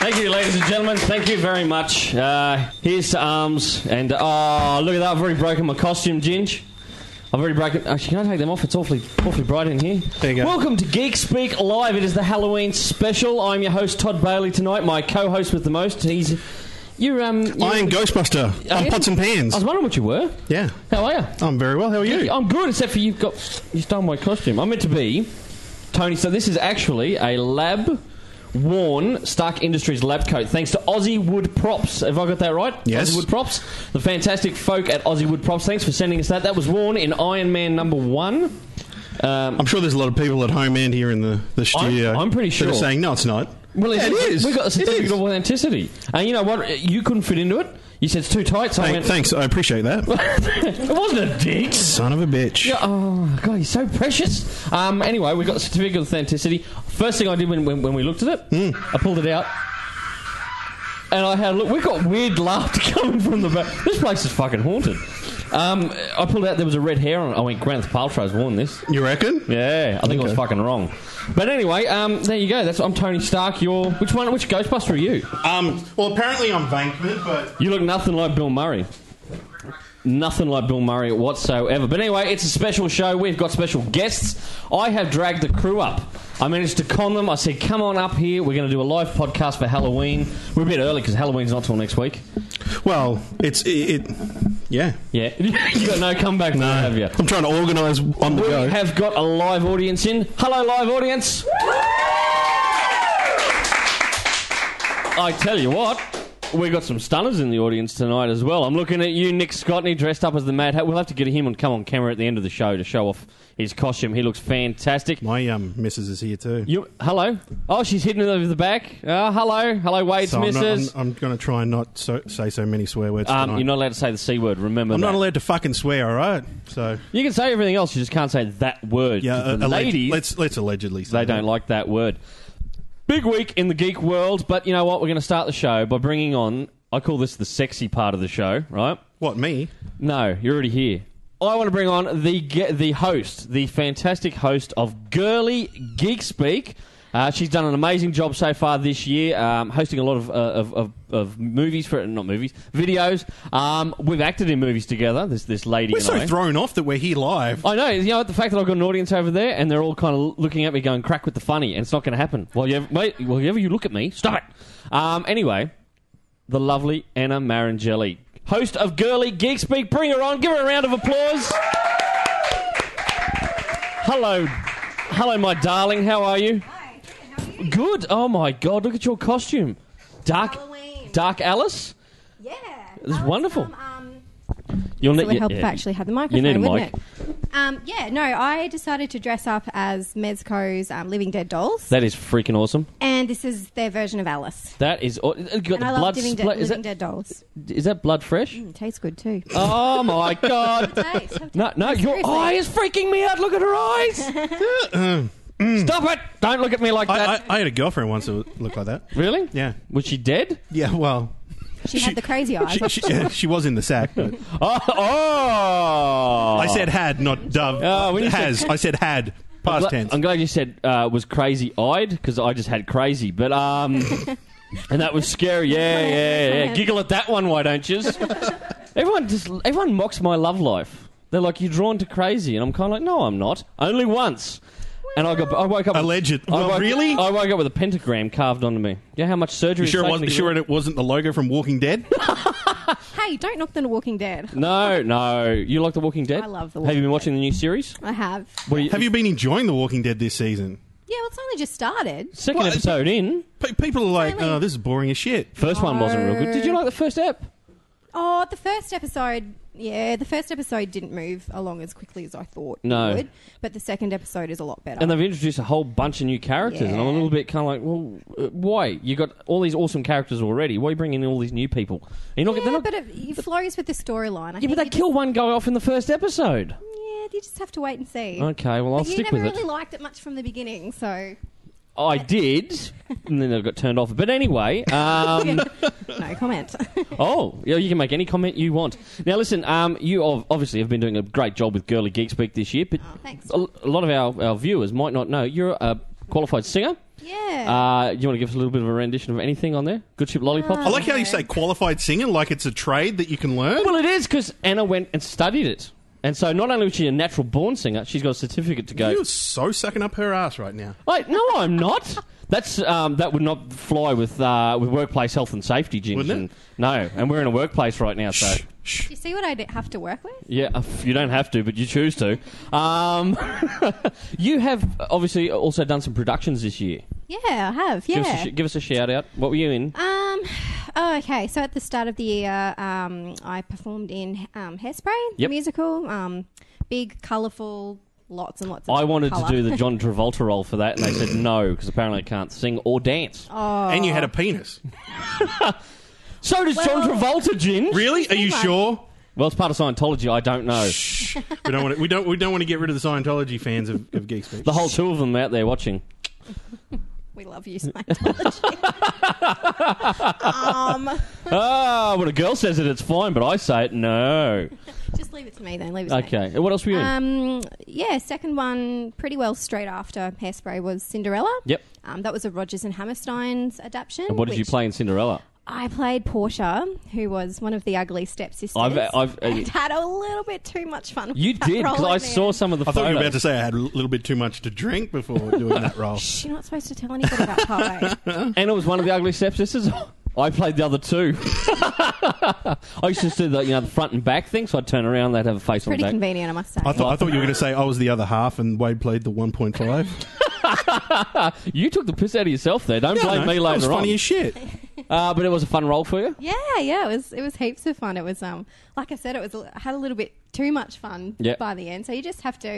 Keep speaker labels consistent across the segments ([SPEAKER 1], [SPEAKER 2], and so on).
[SPEAKER 1] ladies and gentlemen, thank you very much. Uh, here's to arms, and oh, look at that! I've already broken my costume, Ginge. I've already broken. Actually, can I take them off? It's awfully, awfully bright in here.
[SPEAKER 2] There you go.
[SPEAKER 1] Welcome to Geek Speak Live. It is the Halloween special. I'm your host Todd Bailey tonight. My co-host with the most. He's you're um. you
[SPEAKER 2] I am Ghostbuster. I'm
[SPEAKER 1] yeah.
[SPEAKER 2] pots and pans.
[SPEAKER 1] I was wondering what you were.
[SPEAKER 2] Yeah,
[SPEAKER 1] How are you?
[SPEAKER 2] I'm very well. How are you?
[SPEAKER 1] I'm good, except for you've got you stole my costume. I'm meant to be Tony. So this is actually a lab worn Stark Industries lab coat, thanks to Aussie Wood Props. Have I got that right?
[SPEAKER 2] Yes.
[SPEAKER 1] Aussie Wood Props, the fantastic folk at Aussie Wood Props. Thanks for sending us that. That was worn in Iron Man number one. Um,
[SPEAKER 2] I'm sure there's a lot of people at home and here in the, the studio.
[SPEAKER 1] I'm pretty
[SPEAKER 2] That
[SPEAKER 1] sure.
[SPEAKER 2] are saying no, it's not.
[SPEAKER 1] well,
[SPEAKER 2] yeah,
[SPEAKER 1] it's-
[SPEAKER 2] it is.
[SPEAKER 1] We've got a
[SPEAKER 2] It is.
[SPEAKER 1] certificate of authenticity, and you know what? You couldn't fit into it. You said it's too tight, so I
[SPEAKER 2] Thank,
[SPEAKER 1] went.
[SPEAKER 2] thanks, I appreciate that.
[SPEAKER 1] it wasn't a dick.
[SPEAKER 2] Son of a bitch.
[SPEAKER 1] Yeah, oh, God, he's so precious. Um, anyway, we got the certificate of authenticity. First thing I did when, when, when we looked at it, I pulled it out. And I had a look. We've got weird laughter coming from the back. This place is fucking haunted. Um, I pulled out, there was a red hair on it. I went, Gwyneth Paltrow's worn this.
[SPEAKER 2] You reckon?
[SPEAKER 1] Yeah, I think I was
[SPEAKER 2] Okay.
[SPEAKER 1] fucking wrong. But anyway, um, there you go. That's I'm Tony Stark. You're which one? Which Ghostbuster are you?
[SPEAKER 2] Um, well, apparently I'm Vankman, but
[SPEAKER 1] You look nothing like Bill Murray. Nothing like Bill Murray whatsoever. But anyway, it's a special show. We've got special guests. I have dragged the crew up. I managed to con them. I said, come on up here. We're going to do a live podcast for Halloween. We're a bit early because Halloween's not till next week.
[SPEAKER 2] well, it's it. it yeah.
[SPEAKER 1] Yeah. you got no comeback now, have you?
[SPEAKER 2] I'm trying to organise on the
[SPEAKER 1] We
[SPEAKER 2] go.
[SPEAKER 1] have got a live audience in. Hello, live audience. I tell you what, we got some stunners in the audience tonight as well. I'm looking at you, Nick Scottney, dressed up as the Mad Hat. We'll have to get him and come on camera at the end of the show to show off his costume. He looks fantastic.
[SPEAKER 2] My um, missus is here too.
[SPEAKER 1] You, hello. Oh, she's hidden over the back. Uh, hello, hello, Wade's
[SPEAKER 2] so I'm, not- I'm,
[SPEAKER 1] missus.
[SPEAKER 2] I'm going to try and not so, say so many swear words
[SPEAKER 1] um,
[SPEAKER 2] tonight.
[SPEAKER 1] you're not allowed to say the c word. Remember,
[SPEAKER 2] I'm
[SPEAKER 1] that.
[SPEAKER 2] not allowed to fucking swear, all right? So
[SPEAKER 1] you can say everything else. You just can't say that word.
[SPEAKER 2] yeah, uh,
[SPEAKER 1] the
[SPEAKER 2] alleg-
[SPEAKER 1] ladies.
[SPEAKER 2] Let's let's allegedly. Say
[SPEAKER 1] They don't like that word. Big week in the geek world, but you know what? We're going to start the show by bringing on. I call this the sexy part of the show, right?
[SPEAKER 2] What me?
[SPEAKER 1] No, you're already here. I want to bring on the ge- the host, the fantastic host of Girly Geek Speak. Uh, she's done an amazing job so far this year, um, hosting a lot of, uh, of, of, of movies for not movies, videos. Um, we've acted in movies together. This this lady
[SPEAKER 2] We're
[SPEAKER 1] and
[SPEAKER 2] so
[SPEAKER 1] I.
[SPEAKER 2] thrown off that we're here live.
[SPEAKER 1] I know. You know, what, the fact that I've got an audience over there and they're all kind of looking at me going, crack with the funny, and it's not going to happen. Well, you ever, wait, well, you ever you look at me, stop it. Um, anyway, the lovely Anna Marangeli, host of Girly Geek Speak. Bring her on. Give her a round of applause. Hello. Hello, my darling. How are you?
[SPEAKER 3] Hi, how are you?
[SPEAKER 1] Good. Oh, my God. Look at your costume. Dark,
[SPEAKER 3] Halloween.
[SPEAKER 1] Dark Alice?
[SPEAKER 3] Yeah.
[SPEAKER 1] is
[SPEAKER 3] Alex,
[SPEAKER 1] wonderful.
[SPEAKER 3] Um, um,
[SPEAKER 1] You'll
[SPEAKER 3] it would help if I actually had the microphone,
[SPEAKER 1] You need a mic.
[SPEAKER 3] wouldn't it? Um, yeah, no, I decided to dress up as Mezco's um, Living Dead dolls,
[SPEAKER 1] That is freaking awesome.
[SPEAKER 3] and this is their version of Alice.
[SPEAKER 1] That is. aw- You got the
[SPEAKER 3] And I love
[SPEAKER 1] blood
[SPEAKER 3] Living,
[SPEAKER 1] splat-
[SPEAKER 3] Dead,
[SPEAKER 1] is,
[SPEAKER 3] Living
[SPEAKER 1] that,
[SPEAKER 3] Dead dolls.
[SPEAKER 1] is that blood fresh?
[SPEAKER 3] It tastes good too.
[SPEAKER 1] Oh my god.
[SPEAKER 3] Thanks. Have
[SPEAKER 1] No,
[SPEAKER 3] to-
[SPEAKER 1] no, your
[SPEAKER 3] seriously.
[SPEAKER 1] eye is freaking me out. Look at her eyes. Stop it. Don't look at me like that.
[SPEAKER 2] I, I, I had a girlfriend once that looked like that.
[SPEAKER 1] really?
[SPEAKER 2] Yeah.
[SPEAKER 1] Was she dead?
[SPEAKER 2] Yeah, well,
[SPEAKER 3] She, had the crazy eyes.
[SPEAKER 2] she, she, yeah, she was in the sack. But
[SPEAKER 1] Oh. oh.
[SPEAKER 2] I said had, not dove.
[SPEAKER 1] Oh, when you
[SPEAKER 2] has. I said had. Past
[SPEAKER 1] Gla-
[SPEAKER 2] tense.
[SPEAKER 1] I'm glad you said uh, was crazy eyed because I just had crazy, but um, and that was scary. Yeah, yeah, yeah. Giggle at that one, why don't you? everyone just everyone mocks my love life. They're like, "You're drawn to crazy," and I'm kind of like, "No, I'm not. Only once." And I got I woke up. with-
[SPEAKER 2] Alleged.
[SPEAKER 1] I
[SPEAKER 2] Well,
[SPEAKER 1] woke-
[SPEAKER 2] really?
[SPEAKER 1] I woke up with a pentagram carved onto me. Yeah, how much surgery?
[SPEAKER 2] You sure
[SPEAKER 1] it's
[SPEAKER 2] it
[SPEAKER 1] taken
[SPEAKER 2] wasn't?
[SPEAKER 1] to
[SPEAKER 2] Sure,
[SPEAKER 1] get-
[SPEAKER 2] it wasn't the logo from Walking Dead.
[SPEAKER 3] hey, don't knock the Walking Dead.
[SPEAKER 1] No, no. You like The Walking Dead?
[SPEAKER 3] I love The
[SPEAKER 1] Have you been
[SPEAKER 3] Walking Dead.
[SPEAKER 1] watching the new series?
[SPEAKER 3] I have.
[SPEAKER 1] What do you,
[SPEAKER 2] Have you been enjoying the Walking Dead this season?
[SPEAKER 3] Yeah, well, it's only just started.
[SPEAKER 1] Second
[SPEAKER 2] Well,
[SPEAKER 1] episode in.
[SPEAKER 2] Pe- people are like,
[SPEAKER 3] Really?
[SPEAKER 2] "Oh, this is boring as shit."
[SPEAKER 1] First one wasn't real good. Did you like the first ep?
[SPEAKER 3] Oh, the first episode. Yeah, the first episode didn't move along as quickly as I thought
[SPEAKER 1] No.
[SPEAKER 3] it would, but the second episode is a lot better.
[SPEAKER 1] And they've introduced a whole bunch of new characters, and I'm a
[SPEAKER 3] Yeah.
[SPEAKER 1] little bit kind of like, well, uh, why? You got all these awesome characters already. Why are you bringing in all these new people? You're not,
[SPEAKER 3] Yeah,
[SPEAKER 1] they're not-
[SPEAKER 3] but it, it flows with the storyline. I
[SPEAKER 1] yeah,
[SPEAKER 3] think
[SPEAKER 1] but they
[SPEAKER 3] you
[SPEAKER 1] kill one guy off in the first episode.
[SPEAKER 3] just- yeah, you just have to wait and see.
[SPEAKER 1] Okay, well, I'll
[SPEAKER 3] But you
[SPEAKER 1] stick
[SPEAKER 3] never
[SPEAKER 1] with it.
[SPEAKER 3] really liked it much from the beginning, so
[SPEAKER 1] I did, and then I got turned off. But anyway, um,
[SPEAKER 3] no comment.
[SPEAKER 1] Oh, yeah, you can make any comment you want. Now, listen, um, you ov- obviously have been doing a great job with Girly Geek Speak this year, but
[SPEAKER 3] Oh, thanks.
[SPEAKER 1] a, a lot of our, our viewers might not know you're a qualified singer.
[SPEAKER 3] Yeah.
[SPEAKER 1] Uh, you want to give us a little bit of a rendition of anything on there? Good ship lollipop.
[SPEAKER 3] Uh,
[SPEAKER 2] I like how you say qualified singer like it's a trade that you can learn.
[SPEAKER 1] Oh, Well, it is because Anna went and studied it, and so not only was she a natural born singer, she's got a certificate to go.
[SPEAKER 2] You're so sucking up her ass right now.
[SPEAKER 1] Like, no, I'm not. That's um, that would not fly with uh, with workplace health and safety, Ginger.
[SPEAKER 2] Wouldn't it?
[SPEAKER 1] No, and we're in a workplace right now, so
[SPEAKER 2] Shh, shh.
[SPEAKER 3] Do you see what I have to work with?
[SPEAKER 1] yeah, uh, you don't have to, but you choose to. Um, you have obviously also done some productions this year.
[SPEAKER 3] Yeah, I have. Yeah.
[SPEAKER 1] Give, us a sh- give us a shout out. What were you in?
[SPEAKER 3] Um. Oh, okay. So at the start of the year, um, I performed in um, Hairspray, the
[SPEAKER 1] Yep.
[SPEAKER 3] musical. Um, big, colourful, lots and lots. of
[SPEAKER 1] I wanted to
[SPEAKER 3] colour.
[SPEAKER 1] do the John Travolta role for that, and they said no because apparently I can't sing or dance.
[SPEAKER 3] Oh,
[SPEAKER 2] And you had a penis.
[SPEAKER 1] so does John Travolta, Ginge.
[SPEAKER 2] Really? Are you sure?
[SPEAKER 1] Well, it's part of Scientology. I don't know.
[SPEAKER 2] Shh. We don't want to, we don't we don't want to get rid of the Scientology fans of, of Geek Speech.
[SPEAKER 1] The whole two of them out there watching.
[SPEAKER 3] we love you, Scientology. um,
[SPEAKER 1] Ah, when a girl says it, it's fine, but I say it, no.
[SPEAKER 3] just leave it to me then. Leave it. To me.
[SPEAKER 1] Okay, and what else were you in?
[SPEAKER 3] Um, yeah, second one, pretty well straight after Hairspray was Cinderella.
[SPEAKER 1] Yep.
[SPEAKER 3] Um, that was a Rogers and Hammerstein's adaptation.
[SPEAKER 1] and what did you
[SPEAKER 3] which
[SPEAKER 1] play in Cinderella?
[SPEAKER 3] I played Portia, who was one of the ugly stepsisters.
[SPEAKER 1] I've- uh, I've-
[SPEAKER 3] and had a little bit too much fun. with
[SPEAKER 1] You
[SPEAKER 3] that
[SPEAKER 1] did, because
[SPEAKER 3] role
[SPEAKER 1] I
[SPEAKER 3] in the
[SPEAKER 1] saw
[SPEAKER 3] end.
[SPEAKER 1] some of the
[SPEAKER 2] I thought you were about
[SPEAKER 1] photos.
[SPEAKER 2] to say I had a little bit too much to drink before doing that role.
[SPEAKER 3] Shh, You're not supposed to tell anybody about Popeye.
[SPEAKER 1] Anna was one of the ugly stepsisters. I played the other two. I used to do the, you know, the front and back thing, so I'd turn around, they'd have a face
[SPEAKER 3] Pretty
[SPEAKER 1] on the back.
[SPEAKER 3] convenient, I must say.
[SPEAKER 2] I thought I thought you were going to say I was the other half and Wade played the 1.5.
[SPEAKER 1] You took the piss out of yourself there. Don't blame
[SPEAKER 2] No,
[SPEAKER 1] me
[SPEAKER 2] that
[SPEAKER 1] later
[SPEAKER 2] was funny
[SPEAKER 1] on.
[SPEAKER 2] as shit.
[SPEAKER 1] uh, but it was a fun role for you.
[SPEAKER 3] yeah, yeah, it was it was heaps of fun. It was um like I said, it was I had a little bit too much fun
[SPEAKER 1] Yeah.
[SPEAKER 3] by the end. So you just have to,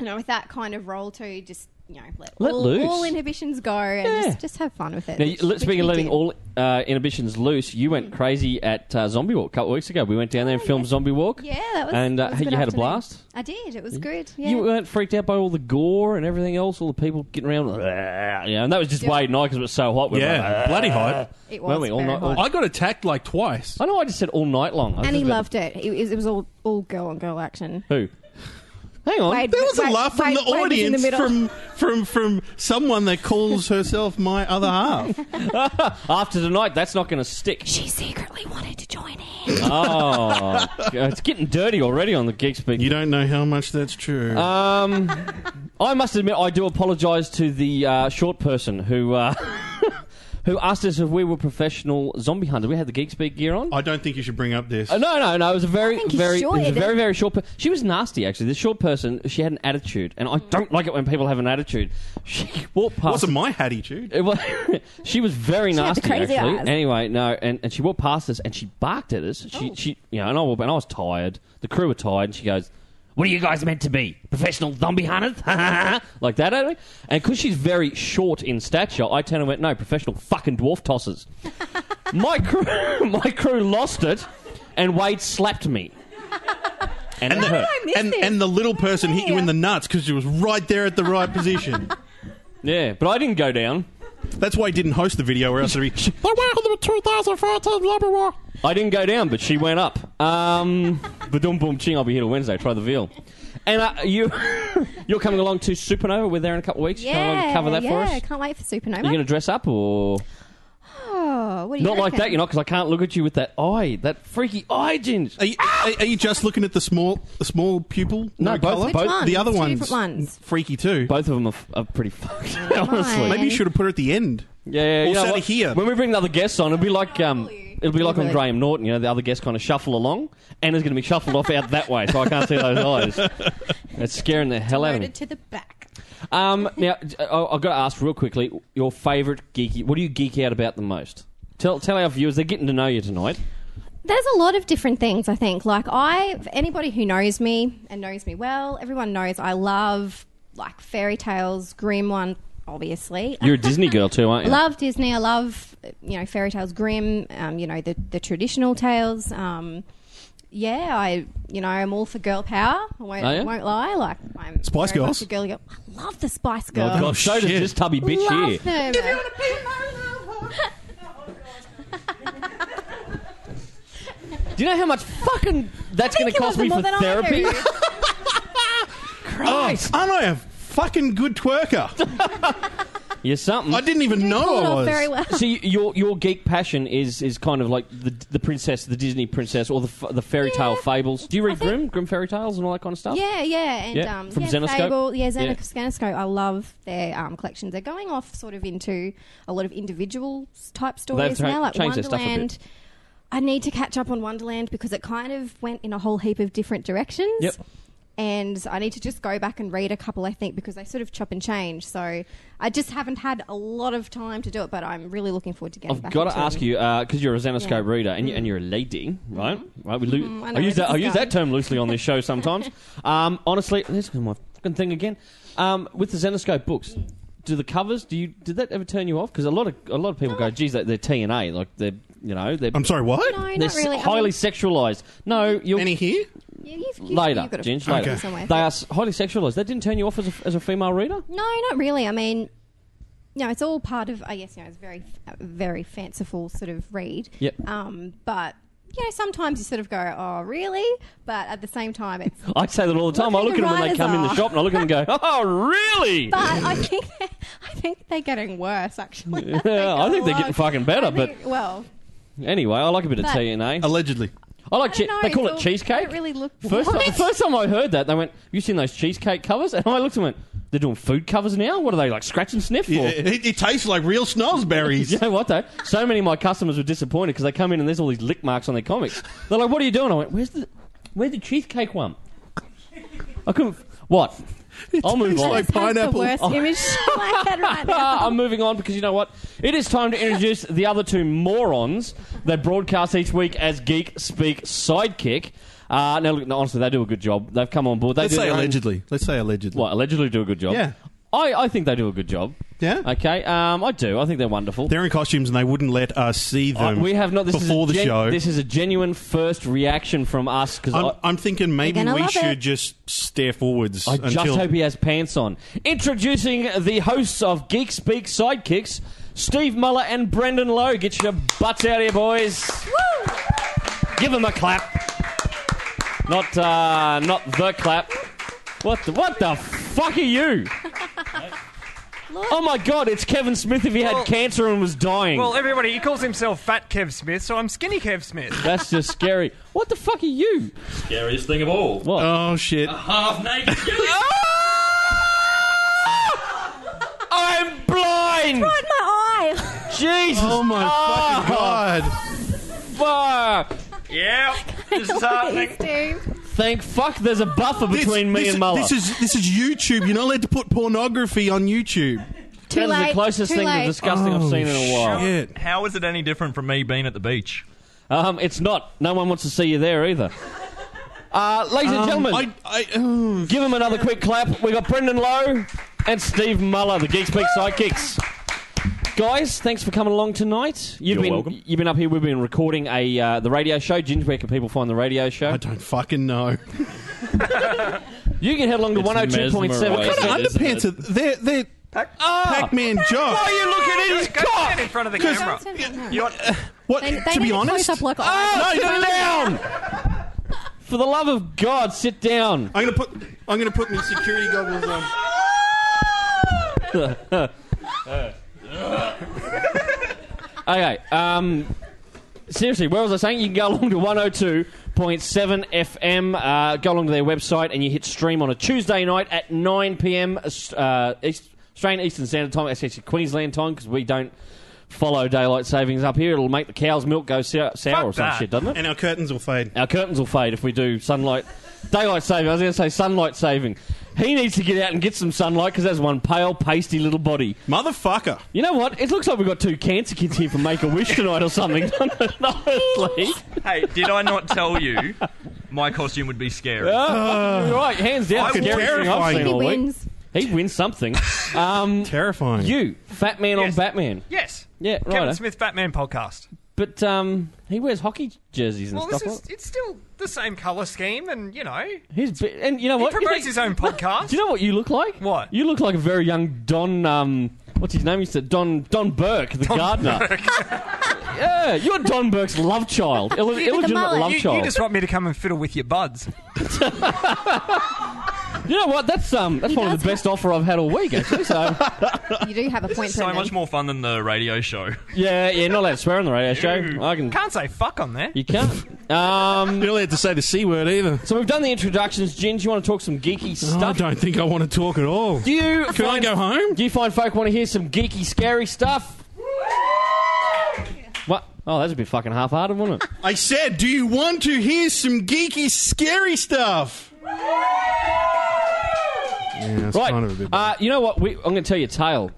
[SPEAKER 3] you know, with that kind of role too, just you know let,
[SPEAKER 1] Let
[SPEAKER 3] all,
[SPEAKER 1] loose.
[SPEAKER 3] all inhibitions go and
[SPEAKER 1] Yeah.
[SPEAKER 3] just, just have fun with it.
[SPEAKER 1] Now,
[SPEAKER 3] which-
[SPEAKER 1] you- let's
[SPEAKER 3] which
[SPEAKER 1] speaking of
[SPEAKER 3] we
[SPEAKER 1] letting
[SPEAKER 3] did.
[SPEAKER 1] all uh, inhibitions loose, you went crazy at uh, Zombie Walk a couple of weeks ago. We went down there and filmed Zombie Walk.
[SPEAKER 3] Mm. Oh, Yeah, that was
[SPEAKER 1] And, uh,
[SPEAKER 3] that was
[SPEAKER 1] you
[SPEAKER 3] good
[SPEAKER 1] had a
[SPEAKER 3] afternoon.
[SPEAKER 1] blast?
[SPEAKER 3] I did. It was good. Yeah.
[SPEAKER 1] You weren't freaked out by all the gore and everything else, all the people getting around. Yeah, and that was just
[SPEAKER 3] Yeah.
[SPEAKER 1] Wade and I because it was so hot. We were
[SPEAKER 2] Yeah,
[SPEAKER 1] like,
[SPEAKER 2] bloody hot.
[SPEAKER 3] it
[SPEAKER 1] weren't
[SPEAKER 3] was
[SPEAKER 1] we all
[SPEAKER 3] very
[SPEAKER 1] night- all-
[SPEAKER 3] hot.
[SPEAKER 2] I got attacked like twice.
[SPEAKER 1] I know. I just said all night long. I was
[SPEAKER 3] and he
[SPEAKER 1] just about-
[SPEAKER 3] loved it. It was, it was all all girl on girl action.
[SPEAKER 1] who? Hang on.
[SPEAKER 3] Wade-
[SPEAKER 2] There was a
[SPEAKER 3] Wade-
[SPEAKER 2] laugh from
[SPEAKER 3] Wade-
[SPEAKER 2] the
[SPEAKER 3] Wade was in the
[SPEAKER 2] audience
[SPEAKER 3] middle.
[SPEAKER 2] from from from someone that calls herself my other half.
[SPEAKER 1] After tonight, that's not going to stick.
[SPEAKER 3] She secretly wanted to join in.
[SPEAKER 1] Oh, it's getting dirty already on the geek speak.
[SPEAKER 2] You don't know how much that's true.
[SPEAKER 1] Um, I must admit, I do apologise to the uh, short person who uh, who asked us if we were professional zombie hunters. We had the geek speak gear on.
[SPEAKER 2] I don't think you should bring up this.
[SPEAKER 1] Uh, no, no, no. It was a very,
[SPEAKER 3] think he's
[SPEAKER 1] very, it
[SPEAKER 3] short,
[SPEAKER 1] was a
[SPEAKER 3] isn't
[SPEAKER 1] very,
[SPEAKER 3] he?
[SPEAKER 1] very short. Per- she was nasty, actually. This short person, she had an attitude, and I don't like it when people have an attitude. She walked past.
[SPEAKER 2] Wasn't my attitude.
[SPEAKER 1] It was, she was very
[SPEAKER 3] had
[SPEAKER 1] nasty,
[SPEAKER 3] the crazy
[SPEAKER 1] actually.
[SPEAKER 3] eyes.
[SPEAKER 1] Anyway, no, and, and she walked past us and she barked at us.
[SPEAKER 3] Oh.
[SPEAKER 1] She, she, you know, and I, walked- and I was tired. The crew were tired. And she goes, "What are you guys meant to be, professional zombie hunters?" like that at me. And because she's very short in stature, I turned and went, "No, professional fucking dwarf tossers." my crew, my crew lost it, and Wade slapped me. And, it
[SPEAKER 2] the,
[SPEAKER 1] hurt.
[SPEAKER 3] missed
[SPEAKER 2] and,
[SPEAKER 3] it.
[SPEAKER 2] and the little person hit you in the nuts because you was right there at the right position.
[SPEAKER 1] yeah, but I didn't go down.
[SPEAKER 2] That's why he didn't host the video, or else he'd be.
[SPEAKER 1] I didn't go down, but she went up. Um, boom, boom, ching. I'll be here till Wednesday. Try the veal. And uh, you, you're coming along to Supernova. We're there in a couple of weeks. you Ah, come along
[SPEAKER 3] Yeah,
[SPEAKER 1] and cover that
[SPEAKER 3] yeah.
[SPEAKER 1] for us.
[SPEAKER 3] Can't wait for Supernova.
[SPEAKER 1] Are you going to dress up or
[SPEAKER 3] oh, what do you
[SPEAKER 1] not like
[SPEAKER 3] reckon?
[SPEAKER 1] that? You're not because I can't look at you with that eye, that freaky eye, Ginge.
[SPEAKER 2] Are you, are, are you just looking at the small, the small pupil?
[SPEAKER 1] No, both-
[SPEAKER 2] colour?
[SPEAKER 1] Which both-
[SPEAKER 3] one?
[SPEAKER 2] The other
[SPEAKER 3] Two
[SPEAKER 2] one's
[SPEAKER 3] different ones.
[SPEAKER 2] freaky too.
[SPEAKER 1] Both of them are, f- are pretty fucked, honestly.
[SPEAKER 3] Mine.
[SPEAKER 2] Maybe you should have put it at the end.
[SPEAKER 1] Yeah, yeah, yeah. you
[SPEAKER 2] Also
[SPEAKER 1] know
[SPEAKER 2] to
[SPEAKER 1] what?
[SPEAKER 2] hear.
[SPEAKER 1] When we bring the other guests on, it'll be like um,
[SPEAKER 3] Really?
[SPEAKER 1] it'll be like on
[SPEAKER 3] Really?
[SPEAKER 1] Graham Norton. You know, the other guests kind of shuffle along, and it's going to be shuffled off out that way, so I can't see those eyes. It's scaring the hell out of me.
[SPEAKER 3] Loaded to the back.
[SPEAKER 1] Um, now I- I've got to ask real quickly your favourite geeky. What do you geek out about the most? Tell tell our viewers they're getting to know you tonight.
[SPEAKER 3] There's a lot of different things I think. Like I, anybody who knows me and knows me well, everyone knows I love like fairy tales, grim one, obviously.
[SPEAKER 1] You're a Disney girl too, aren't
[SPEAKER 3] I
[SPEAKER 1] you?
[SPEAKER 3] love Disney. I love you know fairy tales, grim. Um, you know the the traditional tales. Um, yeah, I you know I'm all for girl power. I won't,
[SPEAKER 1] Are you?
[SPEAKER 3] won't lie. Like I'm
[SPEAKER 2] Spice
[SPEAKER 3] very much
[SPEAKER 2] Girls?
[SPEAKER 3] a girly girl. I love the Spice
[SPEAKER 1] Oh,
[SPEAKER 3] Girls.
[SPEAKER 1] God, so does
[SPEAKER 2] shit.
[SPEAKER 1] this tubby bitch
[SPEAKER 3] love
[SPEAKER 1] here.
[SPEAKER 3] them.
[SPEAKER 1] Do you know how much fucking that's going
[SPEAKER 3] Think
[SPEAKER 1] to
[SPEAKER 3] you
[SPEAKER 1] cost
[SPEAKER 3] love
[SPEAKER 1] me for
[SPEAKER 3] them more than I
[SPEAKER 1] therapy?
[SPEAKER 3] do.
[SPEAKER 1] Christ!
[SPEAKER 2] Aren't I a fucking good twerker?
[SPEAKER 1] You're something.
[SPEAKER 2] I didn't even know
[SPEAKER 3] Pull it
[SPEAKER 2] I
[SPEAKER 3] off
[SPEAKER 2] was.
[SPEAKER 3] very well.
[SPEAKER 1] See, your your geek passion is is kind of like the the princess, the Disney princess, or the f- the fairy tale
[SPEAKER 3] Yeah.
[SPEAKER 1] fables. Do you read
[SPEAKER 3] I think-
[SPEAKER 1] Grimm, Grimm fairy tales, and all that kind of stuff?
[SPEAKER 3] Yeah, yeah, and
[SPEAKER 1] Oh. Yeah,
[SPEAKER 3] um,
[SPEAKER 1] from
[SPEAKER 3] yeah,
[SPEAKER 1] Zenoscope?
[SPEAKER 3] Fable, yeah,
[SPEAKER 1] Yeah.
[SPEAKER 3] Zen- Zenoscope. I love their um, collections. They're going off sort of into a lot of individual s- type stories
[SPEAKER 1] tra-
[SPEAKER 3] now, like
[SPEAKER 1] changed their stuff a bit.
[SPEAKER 3] Wonderland. I need to catch up on Wonderland because it kind of went in a whole heap of different directions.
[SPEAKER 1] Yep.
[SPEAKER 3] And I need to just go back and read a couple, I think, because they sort of chop and change. So I just haven't had a lot of time to do it, but I'm really looking forward to getting
[SPEAKER 1] I've
[SPEAKER 3] back.
[SPEAKER 1] got to
[SPEAKER 3] into
[SPEAKER 1] ask
[SPEAKER 3] them.
[SPEAKER 1] you because you're a Xenoscope
[SPEAKER 3] Yeah. Mm.
[SPEAKER 1] reader and, you, and you're a lady, right? Right. We lo-
[SPEAKER 3] I
[SPEAKER 1] I,
[SPEAKER 3] know
[SPEAKER 1] use
[SPEAKER 3] where
[SPEAKER 1] that. I
[SPEAKER 3] this is
[SPEAKER 1] use that term loosely on this show sometimes. um, honestly, this is my fucking thing again. Um, with the Xenoscope books, do the covers? Do you did that ever turn you off? Because a lot of a lot of people go, "Geez, they, they're T and A, like they're you know they're."
[SPEAKER 2] I'm sorry, what?
[SPEAKER 3] No,
[SPEAKER 1] they're
[SPEAKER 3] not
[SPEAKER 1] s-
[SPEAKER 3] really. I
[SPEAKER 1] highly
[SPEAKER 3] mean,
[SPEAKER 1] sexualized. No, you're
[SPEAKER 2] Any here?
[SPEAKER 3] you- you've- you've-
[SPEAKER 1] later,
[SPEAKER 3] you've got a-
[SPEAKER 1] Ginge,
[SPEAKER 3] you've
[SPEAKER 1] later.
[SPEAKER 3] got somewhere.
[SPEAKER 1] They are s- highly sexualized. That didn't turn you off as a, as a female reader?
[SPEAKER 3] No, not really. I mean, no, it's all part of. I guess you know, it's very, very fanciful sort of read.
[SPEAKER 1] Yep.
[SPEAKER 3] Um, but you know, sometimes you sort of go, "Oh, really?" But at the same time, it's.
[SPEAKER 1] I say that all the time.
[SPEAKER 3] Look
[SPEAKER 1] I
[SPEAKER 3] who
[SPEAKER 1] look at
[SPEAKER 3] the
[SPEAKER 1] them when they
[SPEAKER 3] writers
[SPEAKER 1] come in the
[SPEAKER 3] are.
[SPEAKER 1] shop and I look at them and go, oh, really?
[SPEAKER 3] But I think they're- I think they're getting worse. Actually,
[SPEAKER 1] Yeah, I think they're getting fucking better, but-
[SPEAKER 3] well,
[SPEAKER 1] Anyway, I like a bit of
[SPEAKER 3] But-
[SPEAKER 1] T and A.
[SPEAKER 2] Allegedly.
[SPEAKER 1] I like
[SPEAKER 3] I
[SPEAKER 1] che-
[SPEAKER 3] don't know,
[SPEAKER 1] they call
[SPEAKER 3] it's
[SPEAKER 1] it
[SPEAKER 3] all-
[SPEAKER 1] cheesecake.
[SPEAKER 3] don't really look-
[SPEAKER 1] first,
[SPEAKER 3] What?
[SPEAKER 1] Time, first time I heard that, they went, "Have you seen those cheesecake covers?" And I looked and went, "They're doing food covers now. What are they like? Scratch and sniff?"
[SPEAKER 2] Yeah,
[SPEAKER 1] Or?
[SPEAKER 2] it, it tastes like real snozberries.
[SPEAKER 1] You know what though? So many of my customers were disappointed because they come in and there's all these lick marks on their comics. They're like, "What are you doing?" I went, "Where's the, where's the cheesecake one?" I couldn't. What? I'll move
[SPEAKER 2] tastes
[SPEAKER 1] on.
[SPEAKER 2] like-
[SPEAKER 3] That's the
[SPEAKER 2] pineapple.
[SPEAKER 3] worst image
[SPEAKER 1] Oh.
[SPEAKER 3] in my head right
[SPEAKER 1] Ah,
[SPEAKER 3] now.
[SPEAKER 1] I'm moving on because you know what? It is time to introduce the other two morons that broadcast each week as Geek Speak Sidekick. Uh, now, look, no, honestly, they do a good job. They've come on board. They
[SPEAKER 2] Let's
[SPEAKER 1] do
[SPEAKER 2] say
[SPEAKER 1] their own-
[SPEAKER 2] allegedly. Let's say allegedly.
[SPEAKER 1] What, allegedly do a good job?
[SPEAKER 2] Yeah.
[SPEAKER 1] I, I think they do a good job.
[SPEAKER 2] Yeah?
[SPEAKER 1] Okay, um, I do. I think they're wonderful.
[SPEAKER 2] They're in costumes and they wouldn't let us see
[SPEAKER 1] I-
[SPEAKER 2] them.
[SPEAKER 1] Uh, we have not. This
[SPEAKER 2] before
[SPEAKER 1] is a
[SPEAKER 2] the
[SPEAKER 1] gen-
[SPEAKER 2] show.
[SPEAKER 1] This is a genuine first reaction from us because
[SPEAKER 2] I'm,
[SPEAKER 1] I,
[SPEAKER 2] I'm thinking maybe
[SPEAKER 3] You're gonna
[SPEAKER 2] we
[SPEAKER 3] love
[SPEAKER 2] should
[SPEAKER 3] it.
[SPEAKER 2] just stare forwards
[SPEAKER 1] I
[SPEAKER 2] until.
[SPEAKER 1] just hope he has pants on. Introducing the hosts of Geek Speak Sidekicks, Steve Muller and Brendan Lowe. Get your butts out of here, boys. Give them a clap. Not, uh, not the clap. What the, what the fuck are you? Oh my god, it's Kevin Smith if he
[SPEAKER 4] Well-
[SPEAKER 1] had cancer and was dying.
[SPEAKER 4] Well, everybody, he calls himself Fat Kev Smith, so I'm Skinny Kev Smith.
[SPEAKER 1] That's just scary. What the fuck are you?
[SPEAKER 5] Scariest thing of all.
[SPEAKER 1] What?
[SPEAKER 2] oh shit!
[SPEAKER 6] Uh-huh.
[SPEAKER 5] Half naked.
[SPEAKER 1] I'm blind!
[SPEAKER 3] In my eye.
[SPEAKER 1] Jesus!
[SPEAKER 2] Oh my
[SPEAKER 1] Ah,
[SPEAKER 2] fucking god!
[SPEAKER 1] fuck.
[SPEAKER 5] yeah. This is happening.
[SPEAKER 3] Steve.
[SPEAKER 1] Thank fuck there's a buffer between me
[SPEAKER 2] this,
[SPEAKER 1] and Muller.
[SPEAKER 2] This is this is YouTube. You're not allowed to put pornography on YouTube.
[SPEAKER 3] Too
[SPEAKER 1] that is the
[SPEAKER 3] late.
[SPEAKER 1] closest
[SPEAKER 3] Too
[SPEAKER 1] thing
[SPEAKER 3] late.
[SPEAKER 1] to disgusting I've
[SPEAKER 2] Oh,
[SPEAKER 1] seen in a while.
[SPEAKER 2] Shit.
[SPEAKER 5] How is it any different from me being at the beach?
[SPEAKER 1] Um, it's not. No one wants to see you there either. Uh, ladies and gentlemen,
[SPEAKER 2] I, I, oh,
[SPEAKER 1] give them another quick clap. We've got Brendan Lowe and Steve Muller, the Geek Speak Sidekicks. Guys, thanks for coming along tonight. You've
[SPEAKER 5] You're
[SPEAKER 1] been
[SPEAKER 5] welcome.
[SPEAKER 1] you've been up here. We've been recording a uh, the radio show. Ginger, where can people find the radio show?
[SPEAKER 2] I don't fucking know.
[SPEAKER 1] You can head along to one hundred two point seven.
[SPEAKER 5] mesmerising.
[SPEAKER 2] Kind of
[SPEAKER 5] Isn't
[SPEAKER 2] underpants are they're they're
[SPEAKER 1] Ah.
[SPEAKER 2] Pac-Man
[SPEAKER 1] Why are
[SPEAKER 2] jocks.
[SPEAKER 1] you looking at his
[SPEAKER 4] Go
[SPEAKER 1] cock?
[SPEAKER 4] stand in front of the
[SPEAKER 2] Because-
[SPEAKER 4] camera.
[SPEAKER 3] They,
[SPEAKER 4] You're not-
[SPEAKER 2] What?
[SPEAKER 3] they
[SPEAKER 2] to
[SPEAKER 3] need
[SPEAKER 2] be
[SPEAKER 3] a
[SPEAKER 2] honest,
[SPEAKER 3] close-up like
[SPEAKER 1] Oh,
[SPEAKER 3] eye.
[SPEAKER 1] sit down! For the love of God, sit down.
[SPEAKER 2] I'm gonna put I'm gonna put my security goggles on.
[SPEAKER 1] Okay, um, seriously, where was I saying? You can go along to 102.7 FM, uh, go along to their website, and you hit stream on a Tuesday night at 9 pm uh, East, Australian Eastern Standard Time. That's actually Queensland time because we don't follow daylight savings up here. It'll make the cow's milk go sour, sour or some
[SPEAKER 4] that.
[SPEAKER 1] shit, doesn't it?
[SPEAKER 2] And our curtains will fade.
[SPEAKER 1] Our curtains will fade if we do sunlight, daylight saving. I was going to say sunlight saving. He needs to get out and get some sunlight because that's one pale, pasty little body.
[SPEAKER 2] Motherfucker.
[SPEAKER 1] You know what? It looks like we've got two cancer kids here from Make a Wish tonight or something. Honestly,
[SPEAKER 5] Hey, did I not tell you my costume would be scary?
[SPEAKER 2] Ah,
[SPEAKER 1] You're right? Hands down,
[SPEAKER 5] I
[SPEAKER 1] scariest thing I've
[SPEAKER 2] terrifying.
[SPEAKER 1] seen
[SPEAKER 3] He
[SPEAKER 1] all week.
[SPEAKER 3] wins.
[SPEAKER 1] He wins something. Um,
[SPEAKER 2] Terrifying.
[SPEAKER 1] you, Fat Man
[SPEAKER 4] Yes.
[SPEAKER 1] on Batman.
[SPEAKER 4] Yes.
[SPEAKER 1] Yeah,
[SPEAKER 4] Kevin
[SPEAKER 1] right.
[SPEAKER 4] Smith, Batman podcast.
[SPEAKER 1] But um, he wears hockey jerseys and
[SPEAKER 4] Well,
[SPEAKER 1] stuff.
[SPEAKER 4] this is,
[SPEAKER 1] like-
[SPEAKER 4] it's still the same colour scheme, and, you know, he
[SPEAKER 1] He's bi- and you know what? You
[SPEAKER 4] promotes
[SPEAKER 1] think-
[SPEAKER 4] his own podcast.
[SPEAKER 1] Do you know what you look like?
[SPEAKER 4] What?
[SPEAKER 1] You look like a very young Don. Um, what's his name? He said Don Don Burke, the gardener. yeah, you're Don Burke's love child, Ill- illegitimate
[SPEAKER 3] mullet.
[SPEAKER 1] love
[SPEAKER 4] You, you
[SPEAKER 1] child.
[SPEAKER 4] just want me to come and fiddle with your buds.
[SPEAKER 1] You know what? That's um, that's
[SPEAKER 3] He
[SPEAKER 1] probably
[SPEAKER 3] does
[SPEAKER 1] the best offer I've had all week. Actually, so
[SPEAKER 3] You do have a point
[SPEAKER 5] so
[SPEAKER 3] for
[SPEAKER 5] much more fun than the radio show.
[SPEAKER 1] yeah, yeah, not allowed to swear on the radio show.
[SPEAKER 5] Ew.
[SPEAKER 1] I can.
[SPEAKER 4] Can't say fuck on there.
[SPEAKER 1] Mm. You can't. Um,
[SPEAKER 2] You don't have to say the C word either.
[SPEAKER 1] so we've done the introductions. Ginge, you want to talk some geeky
[SPEAKER 2] Oh, I
[SPEAKER 1] stuff?
[SPEAKER 2] don't think I want to talk at all.
[SPEAKER 1] do you?
[SPEAKER 2] Can I
[SPEAKER 1] find-
[SPEAKER 2] go home?
[SPEAKER 1] Do you find folk want to hear some geeky, scary stuff? What? Oh, that's a bit fucking half-hearted, wasn't it?
[SPEAKER 2] I said, do you want to hear some geeky, scary stuff? Yeah, that's
[SPEAKER 1] Right.
[SPEAKER 2] kind of a bit.
[SPEAKER 1] uh, you know what? We, I'm going to tell you a tale.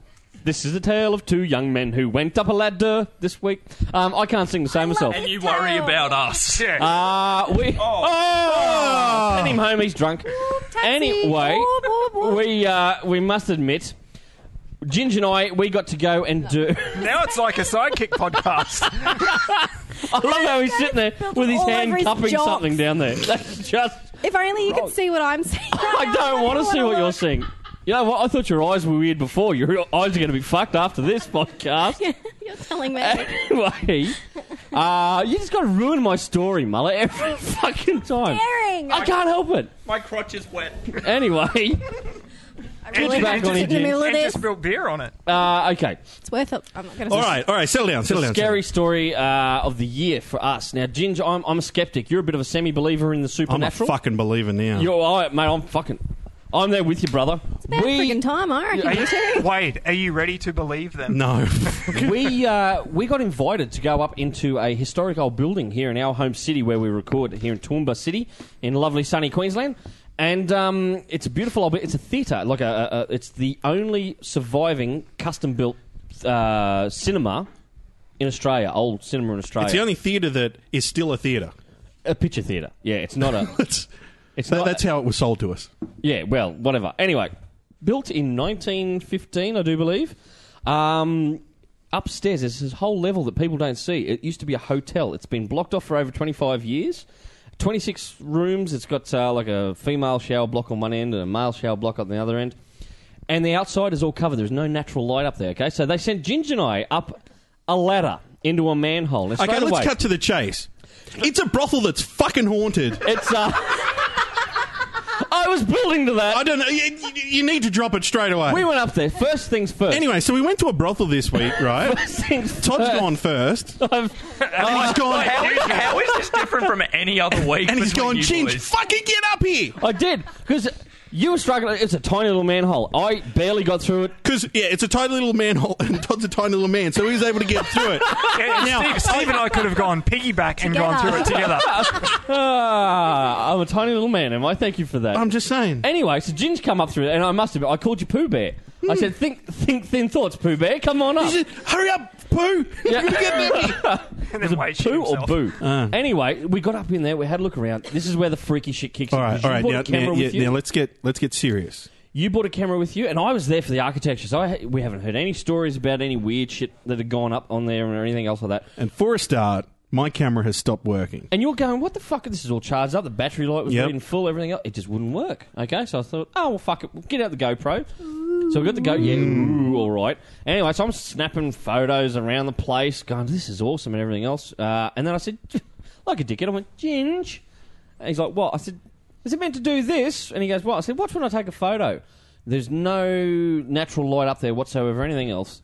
[SPEAKER 1] This is the tale of two young men who went up a ladder this week. Um, I can't sing the same myself.
[SPEAKER 5] And you worry about us.
[SPEAKER 4] Yeah.
[SPEAKER 1] Uh, we. Oh! Send him home. He's drunk.
[SPEAKER 3] taxi.
[SPEAKER 1] Anyway,
[SPEAKER 3] Whoop, whoop, whoop.
[SPEAKER 1] we uh, we must admit, Ginger and I, we got to go and do.
[SPEAKER 4] now it's like a sidekick podcast.
[SPEAKER 1] I love how he's sitting there with his
[SPEAKER 3] All
[SPEAKER 1] hand
[SPEAKER 3] over his
[SPEAKER 1] cupping
[SPEAKER 3] jocks.
[SPEAKER 1] something down there. That's just.
[SPEAKER 3] If only you could see what I'm seeing.
[SPEAKER 1] I don't want to see what you're seeing. You know what? I thought your eyes were weird before. Your real eyes are going to be fucked after this podcast.
[SPEAKER 3] You're telling me.
[SPEAKER 1] Anyway, uh, you just got to ruin my story, Mullet, every fucking time.
[SPEAKER 3] Staring.
[SPEAKER 1] I can't help it.
[SPEAKER 5] My crotch is wet.
[SPEAKER 1] anyway,
[SPEAKER 4] and,
[SPEAKER 1] back
[SPEAKER 4] and
[SPEAKER 1] on
[SPEAKER 4] just,
[SPEAKER 1] it,
[SPEAKER 3] in the
[SPEAKER 1] Jim.
[SPEAKER 3] middle of
[SPEAKER 4] and
[SPEAKER 3] this.
[SPEAKER 4] just spilled beer on it.
[SPEAKER 1] uh, okay.
[SPEAKER 3] It's worth it. I'm not going to.
[SPEAKER 2] all right, all right, settle down, settle down.
[SPEAKER 1] Scary story uh, of the year for us. Now, Ginger, I'm, I'm a skeptic. You're a bit of a semi-believer in the
[SPEAKER 2] settle down. I'm a
[SPEAKER 1] supernatural.
[SPEAKER 2] fucking believer now.
[SPEAKER 1] You're, oh, mate, I'm fucking. I'm there with you, brother.
[SPEAKER 3] About friggin' time, I reckon.
[SPEAKER 4] Are you, Wade, are you ready to believe them?
[SPEAKER 2] no.
[SPEAKER 1] we uh, we got invited to go up into a historic old building here in our home city where we record here in Toowoomba City in lovely sunny Queensland. And um, it's a beautiful old. It's a theatre, like a, a, a. It's the only surviving custom built uh, cinema in Australia. Old cinema in Australia.
[SPEAKER 2] it's the only theatre that is still a theatre.
[SPEAKER 1] a picture theatre. Yeah, it's not a.
[SPEAKER 2] That's,
[SPEAKER 1] It's
[SPEAKER 2] that-
[SPEAKER 1] not.
[SPEAKER 2] that's how it was sold to us.
[SPEAKER 1] Yeah, well, whatever. Anyway, built in 1915, I do believe. Um, upstairs, there's this whole level that people don't see. It used to be a hotel. It's been blocked off for over 25 years. 26 rooms. It's got uh, like a female shower block on one end and a male shower block on the other end. And the outside is all covered. There's no natural light up there, okay? So they sent Ginger and I up a ladder into a manhole. And
[SPEAKER 2] Okay,
[SPEAKER 1] straight
[SPEAKER 2] let's
[SPEAKER 1] away-
[SPEAKER 2] cut to the chase. It's a brothel that's fucking haunted.
[SPEAKER 1] It's. Uh, I was building to that.
[SPEAKER 2] I don't know. You, you- you need to drop it straight away.
[SPEAKER 1] we went up there. First things first.
[SPEAKER 2] anyway, so we went to a brothel this week, right?
[SPEAKER 1] things
[SPEAKER 2] Todd's
[SPEAKER 1] first.
[SPEAKER 2] gone first.
[SPEAKER 1] I've-
[SPEAKER 2] he's gone.
[SPEAKER 5] How is, how is this different from any other week?
[SPEAKER 2] And he's
[SPEAKER 5] between
[SPEAKER 2] gone,
[SPEAKER 5] you
[SPEAKER 2] Ginge,
[SPEAKER 5] boys?
[SPEAKER 2] fucking get up here!
[SPEAKER 1] I did because you were struggling. It's a tiny little manhole. I barely got through it.
[SPEAKER 2] Because, yeah, it's a tiny little manhole, and Todd's a tiny little man, so he was able to get through it.
[SPEAKER 4] Yeah,
[SPEAKER 2] Now-
[SPEAKER 4] Steve, Steve and I could have gone piggyback and gone through it together.
[SPEAKER 1] Ah, I'm a tiny little man, am I? Thank you for that.
[SPEAKER 2] I'm just saying.
[SPEAKER 1] anyway, so Gin's come up through it, and I must have. I called you Pooh Bear. I said, "Think, think thin thoughts, Pooh Bear. Come on up."
[SPEAKER 2] He said, Hurry up, poo!
[SPEAKER 1] Yeah.
[SPEAKER 4] And then Wade shoot
[SPEAKER 1] Pooh or
[SPEAKER 4] himself.
[SPEAKER 1] Boo?
[SPEAKER 2] Uh.
[SPEAKER 1] Anyway, we got up in there. We had a look around. This is where the freaky shit kicks
[SPEAKER 2] All
[SPEAKER 1] in.
[SPEAKER 2] right,
[SPEAKER 1] because you
[SPEAKER 2] all right.
[SPEAKER 1] brought
[SPEAKER 2] Now,
[SPEAKER 1] a camera
[SPEAKER 2] now,
[SPEAKER 1] with you.
[SPEAKER 2] yeah, now let's get let's get serious.
[SPEAKER 1] you brought a camera with you, and I was there for the architecture. So I, ha- we haven't heard any stories about any weird shit that had gone up on there or anything else like that.
[SPEAKER 2] And for a start, my camera has stopped working.
[SPEAKER 1] And you're going, what the fuck? This is all charged up. The battery light was
[SPEAKER 2] Yep.
[SPEAKER 1] reading full. Everything else, it just wouldn't work. Okay, so I thought, oh well, fuck it. We'll get out the GoPro. So we got the go. Yeah,
[SPEAKER 2] Mm.
[SPEAKER 1] ooh, all right. Anyway, so I'm snapping photos around the place, going, this is awesome and everything else. Uh, and then I said, like a dickhead, I went, Ginge. And he's like, what? I said, is it meant to do this? And he goes, what? I said, watch when I take a photo. There's no natural light up there whatsoever. Anything else?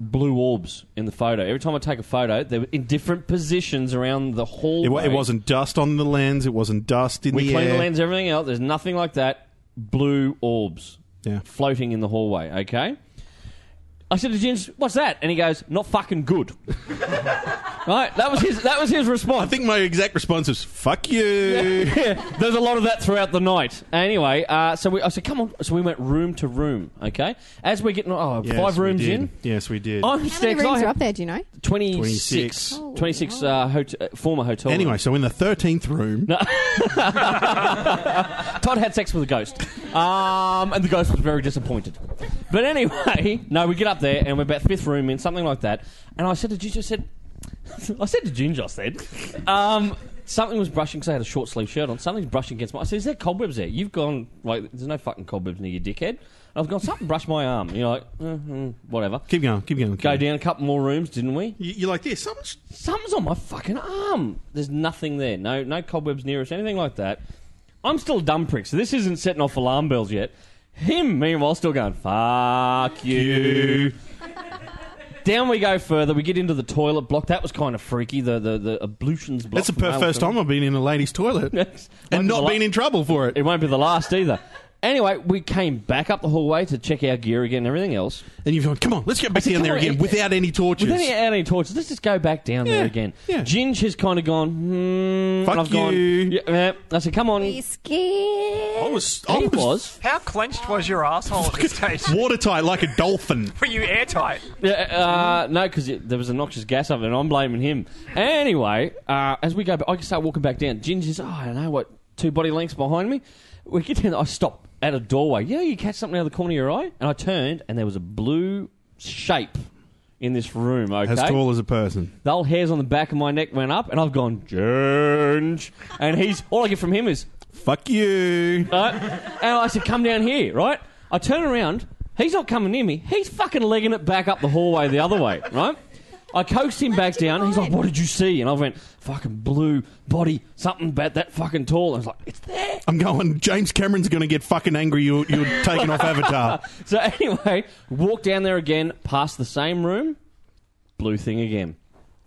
[SPEAKER 1] Blue orbs in the photo. Every time I take a photo, they're in different positions around the hallway.
[SPEAKER 2] It, wa- it wasn't dust on the lens. It wasn't dust in
[SPEAKER 1] We
[SPEAKER 2] the
[SPEAKER 1] clean the
[SPEAKER 2] air.
[SPEAKER 1] lens, everything else. There's nothing like that. Blue orbs
[SPEAKER 2] Yeah.
[SPEAKER 1] floating in the hallway, okay? I said to Jens, what's that? And he goes, not fucking good. right? That was his that was his
[SPEAKER 2] I
[SPEAKER 1] response.
[SPEAKER 2] think my exact response is "fuck you."
[SPEAKER 1] There's a lot of that throughout the night. Anyway, uh, so we, I said, come on. So we went room to room, okay? As we're getting, oh,
[SPEAKER 2] Yes,
[SPEAKER 1] five
[SPEAKER 2] we
[SPEAKER 1] rooms
[SPEAKER 2] did.
[SPEAKER 1] in.
[SPEAKER 2] Yes, we did.
[SPEAKER 1] I'm
[SPEAKER 3] How many
[SPEAKER 1] sticks.
[SPEAKER 3] rooms
[SPEAKER 1] I
[SPEAKER 3] are
[SPEAKER 1] had
[SPEAKER 3] up there? Do you know?
[SPEAKER 1] 26.
[SPEAKER 2] 26.
[SPEAKER 1] 26 uh, hot- uh, former hotel. rooms.
[SPEAKER 2] anyway, so in the thirteenth room,
[SPEAKER 1] Todd had sex with a ghost. Um, and the ghost was very disappointed. But anyway, no, we get up there and we're about fifth room in, something like that. And I said to Ginger, I said, I said to Ginger, I said, um, something was brushing, because I had a short sleeve shirt on, something's brushing against my. I said, Is there cobwebs there? You've gone, like, there's no fucking cobwebs near your dickhead. And I've gone, something brushed my arm. And you're like, "Uh, mm, whatever.
[SPEAKER 2] keep going, keep going. Keep
[SPEAKER 1] Go
[SPEAKER 2] going.
[SPEAKER 1] down a couple more rooms, didn't we?
[SPEAKER 2] You- You're like this. Someone's
[SPEAKER 1] Something's on my fucking arm. There's nothing there. No, no cobwebs near us, anything like that. I'm still a dumb prick, so this isn't setting off alarm bells yet. Him, meanwhile, still going, fuck you. Down we go further. We get into the toilet block. That was kind of freaky. The the, the ablutions block.
[SPEAKER 2] That's the per- first time I've been in a lady's toilet and not been in trouble for it.
[SPEAKER 1] It won't be the last either. Anyway, we came back up the hallway to check our gear again and everything else.
[SPEAKER 2] And you've gone, come on, let's get back
[SPEAKER 1] said,
[SPEAKER 2] down
[SPEAKER 1] "Come
[SPEAKER 2] there
[SPEAKER 1] on,
[SPEAKER 2] again
[SPEAKER 1] it-
[SPEAKER 2] without any torches.
[SPEAKER 1] Without any, any torches, let's just go back down
[SPEAKER 2] Yeah,
[SPEAKER 1] there again.
[SPEAKER 2] yeah.
[SPEAKER 1] Ginge has kind of gone, hmm. and
[SPEAKER 2] Fuck
[SPEAKER 1] I've gone,
[SPEAKER 2] you.
[SPEAKER 1] yeah, yeah. I said, come on.
[SPEAKER 3] Are you scared?
[SPEAKER 1] Oh,
[SPEAKER 2] I was, I
[SPEAKER 1] He was.
[SPEAKER 4] How clenched was your asshole at this stage?
[SPEAKER 2] watertight like a dolphin.
[SPEAKER 4] Were you airtight?
[SPEAKER 1] Yeah, uh, no, because there was a noxious gas up there, and I'm blaming him. Anyway, uh, as we go back, I start walking back down. Ginger's, oh, I don't know, what, two body lengths behind me? We get down, I stop at a doorway. You know, you catch something out of the corner of your eye? And I turned, and there was a blue shape in this room, okay?
[SPEAKER 2] As tall as a person.
[SPEAKER 1] The old hairs on the back of my neck went up, and I've gone, Ginge. And he's, all I get from him is,
[SPEAKER 2] Fuck you.
[SPEAKER 1] right? And I said, come down here, right? I turn around. He's not coming near me. He's fucking legging it back up the hallway the other way, right? I coaxed him back
[SPEAKER 3] Left him
[SPEAKER 1] down. He's like,
[SPEAKER 3] behind.
[SPEAKER 1] what did you see? And I went, fucking blue body, something about that fucking tall. I was like, it's there.
[SPEAKER 2] I'm going, James Cameron's going to get fucking angry. You're, you're taking off Avatar.
[SPEAKER 1] So anyway, walk down there again, past the same room, blue thing again.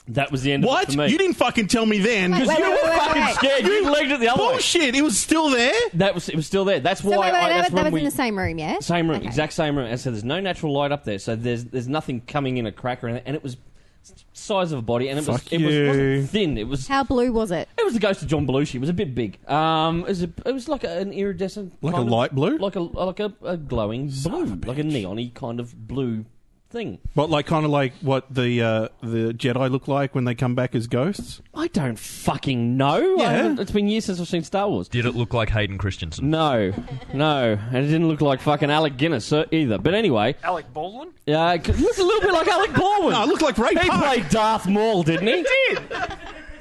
[SPEAKER 1] That was the end of
[SPEAKER 2] What?
[SPEAKER 1] it for me.
[SPEAKER 2] You didn't fucking tell me then.
[SPEAKER 3] Wait, wait,
[SPEAKER 1] You were
[SPEAKER 3] wait, wait,
[SPEAKER 1] fucking
[SPEAKER 3] wait.
[SPEAKER 1] scared. You legged it the other way.
[SPEAKER 2] Bullshit. It was still there.
[SPEAKER 1] That was it was still there. That's why
[SPEAKER 3] So wait, wait,
[SPEAKER 1] I,
[SPEAKER 3] that,
[SPEAKER 1] that's
[SPEAKER 3] was- that
[SPEAKER 1] when
[SPEAKER 3] was
[SPEAKER 1] we,
[SPEAKER 3] in the same room, yeah?
[SPEAKER 1] Same room,
[SPEAKER 3] Okay.
[SPEAKER 1] exact same room. And so there's no natural light up there, so there's there's nothing coming in a crack or anything. And it was s- size of a body, and it was
[SPEAKER 2] Fuck
[SPEAKER 1] it was
[SPEAKER 2] you.
[SPEAKER 1] wasn't thin. It was
[SPEAKER 3] How blue was it?
[SPEAKER 1] it was the ghost of John Belushi. It was a bit big. Um, it was a, it was like a, an iridescent,
[SPEAKER 2] Like
[SPEAKER 1] kind
[SPEAKER 2] a
[SPEAKER 1] of-
[SPEAKER 2] light blue?
[SPEAKER 1] like a like a, a glowing blue, like a neony kind of blue thing.
[SPEAKER 2] But like, kind of like what the uh, the Jedi look like when they come back as ghosts.
[SPEAKER 1] I don't fucking know. I
[SPEAKER 2] Yeah.
[SPEAKER 1] haven't- it's been years since I've seen Star Wars.
[SPEAKER 5] Did it look like Hayden Christensen?
[SPEAKER 1] No, no, and it didn't look like fucking Alec Guinness uh, either. But anyway,
[SPEAKER 4] Alec Baldwin?
[SPEAKER 1] uh, it looked a little bit like Alec Baldwin.
[SPEAKER 2] No, it looked like Ray
[SPEAKER 1] He
[SPEAKER 2] Park.
[SPEAKER 1] played Darth Maul, didn't he? he did.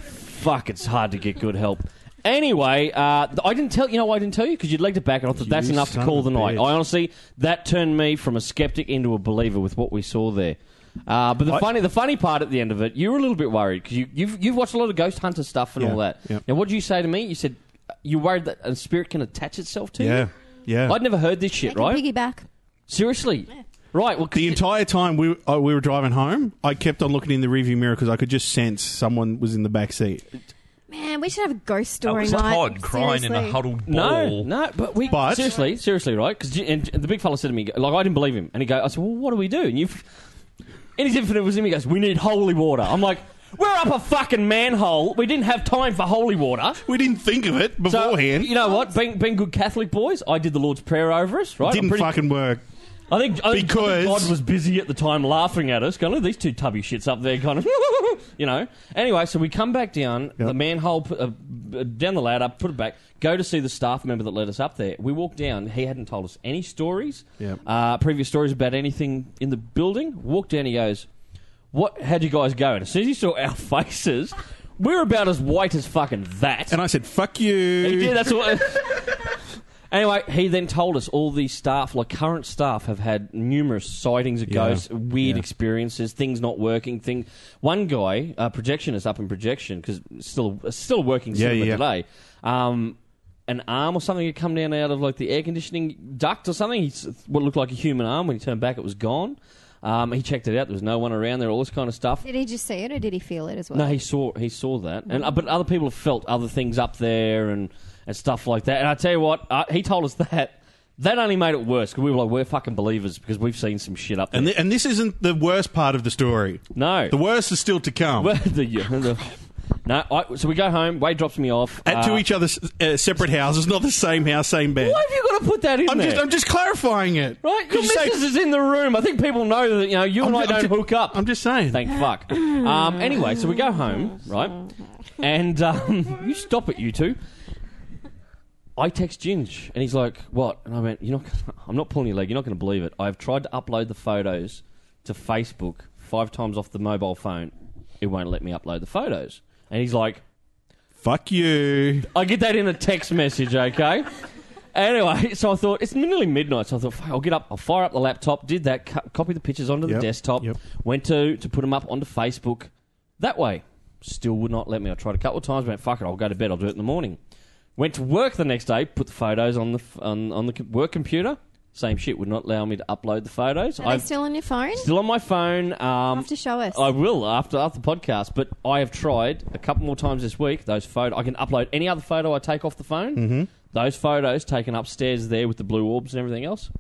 [SPEAKER 1] Fuck, it's hard to get good help. Anyway, uh, th- I didn't tell you know why I didn't tell you because you'd legged it back, and I thought that's
[SPEAKER 2] You
[SPEAKER 1] enough to
[SPEAKER 2] son
[SPEAKER 1] call
[SPEAKER 2] of
[SPEAKER 1] the
[SPEAKER 2] a
[SPEAKER 1] night.
[SPEAKER 2] bitch.
[SPEAKER 1] I honestly that turned me from a skeptic into a believer with what we saw there. Uh, but the
[SPEAKER 2] I-
[SPEAKER 1] funny the funny part at the end of it, you were a little bit worried because you, you've you've watched a lot of ghost hunter stuff and
[SPEAKER 2] Yeah,
[SPEAKER 1] all that.
[SPEAKER 2] yeah.
[SPEAKER 1] Now, what did you say to me? You said uh, you're worried that a spirit can attach itself to
[SPEAKER 2] Yeah,
[SPEAKER 1] you.
[SPEAKER 2] yeah.
[SPEAKER 1] I'd never heard this
[SPEAKER 3] I
[SPEAKER 1] shit.
[SPEAKER 3] can
[SPEAKER 1] Right?
[SPEAKER 3] piggyback.
[SPEAKER 1] Seriously. Right. Well, 'cause
[SPEAKER 2] the entire time we uh, we were driving home, I kept on looking in the rearview mirror because I could just sense someone was in the back seat.
[SPEAKER 3] Man, we should have a ghost
[SPEAKER 5] That
[SPEAKER 3] story
[SPEAKER 5] was
[SPEAKER 3] night.
[SPEAKER 5] Todd crying in a
[SPEAKER 3] Seriously.
[SPEAKER 5] huddled
[SPEAKER 1] No,
[SPEAKER 5] ball.
[SPEAKER 1] no, but we
[SPEAKER 2] But-
[SPEAKER 1] seriously, seriously, right? Because and the big fella said to me, like, I didn't believe him, and he go, I said, well, what do we do? And you, in his infinite wisdom, he goes, we need holy water. I'm like, we're up a fucking manhole. We didn't have time for holy water.
[SPEAKER 2] We didn't think of it
[SPEAKER 1] So
[SPEAKER 2] beforehand.
[SPEAKER 1] you know what? Being, being good Catholic boys, I did the Lord's prayer over us. Right? I'm
[SPEAKER 2] didn't
[SPEAKER 1] pretty-
[SPEAKER 2] fucking work.
[SPEAKER 1] I think I think
[SPEAKER 2] Because-
[SPEAKER 1] God was busy at the time, laughing at us, going, "Look, these two tubby shits up there," kind of, you know. Anyway, so we come back down
[SPEAKER 2] Yep.
[SPEAKER 1] the manhole, put, uh, b- down the ladder, put it back. Go to see the staff member that led us up there. We walk down. He hadn't told us any stories,
[SPEAKER 2] Yep.
[SPEAKER 1] uh, previous stories about anything in the building. Walk down. He goes, "What? How'd you guys go?" And as soon as he saw our faces, we're about as white as fucking that.
[SPEAKER 2] And I said, "Fuck you."
[SPEAKER 1] He did. That's what. anyway, he then told us all the staff, like current staff, have had numerous sightings of
[SPEAKER 2] Yeah.
[SPEAKER 1] ghosts, weird
[SPEAKER 2] Yeah.
[SPEAKER 1] experiences, things not working. Thing. One guy, a projectionist up in projection, because still still working
[SPEAKER 2] Yeah,
[SPEAKER 1] cinema
[SPEAKER 2] yeah.
[SPEAKER 1] today. Um, an arm or something had come down out of like the air conditioning duct or something. He, s- what looked like a human arm. When he turned back, it was gone. Um, he checked it out. There was no one around there. All this kind of stuff.
[SPEAKER 3] Did he just see it or did he feel it as well?
[SPEAKER 1] No, he saw he saw that, and uh, but other people have felt other things up there and and stuff like that. And I tell you what, uh, he told us that that only made it worse because we were like, we're fucking believers because we've seen some shit up there.
[SPEAKER 2] And, thi- and this isn't the worst part of the story.
[SPEAKER 1] no,
[SPEAKER 2] The worst is still to come.
[SPEAKER 1] Well, the, the- no. I, so we go home. Wade drops me off.
[SPEAKER 2] At
[SPEAKER 1] uh,
[SPEAKER 2] to each other's uh, separate houses, not the same house, same bed.
[SPEAKER 1] Why have you got to put that in
[SPEAKER 2] I'm
[SPEAKER 1] there?
[SPEAKER 2] just, I'm just clarifying it.
[SPEAKER 1] right, your
[SPEAKER 2] Could you say-
[SPEAKER 1] missus is in the room. I think people know that you know you and I
[SPEAKER 2] ju-
[SPEAKER 1] don't
[SPEAKER 2] ju-
[SPEAKER 1] hook up.
[SPEAKER 2] I'm just saying.
[SPEAKER 1] Thank fuck. Um, anyway, so we go home, right? And um, you stop it, you two. I text Ginge, and he's like, "What?" And I went, "You're not. Gonna, I'm not pulling your leg. You're not going to believe it. I've tried to upload the photos to Facebook five times off the mobile phone. It won't let me upload the photos." And he's like,
[SPEAKER 2] Fuck you.
[SPEAKER 1] I get that in a text message, okay? Anyway, so I thought it's nearly midnight, so I thought "Fuck, I'll get up, I'll fire up the laptop. Did that, co- copy the pictures onto the
[SPEAKER 2] Yep,
[SPEAKER 1] desktop,
[SPEAKER 2] yep.
[SPEAKER 1] went to to put them up onto Facebook. That way, still would not let me. I tried a couple of times, went fuck it, I'll go to bed, I'll do it in the morning. Went to work the next day, put the photos on the f- on, on the co- work computer. Same shit would not allow me to upload the photos.
[SPEAKER 3] Are
[SPEAKER 1] I've
[SPEAKER 3] they still on your phone?
[SPEAKER 1] still on my phone. Um,
[SPEAKER 3] have to show us.
[SPEAKER 1] I will after after the podcast, but I have tried a couple more times this week. Those photo I can upload any other photo I take off the phone. Mm-hmm. Those photos taken upstairs there with the blue orbs and everything else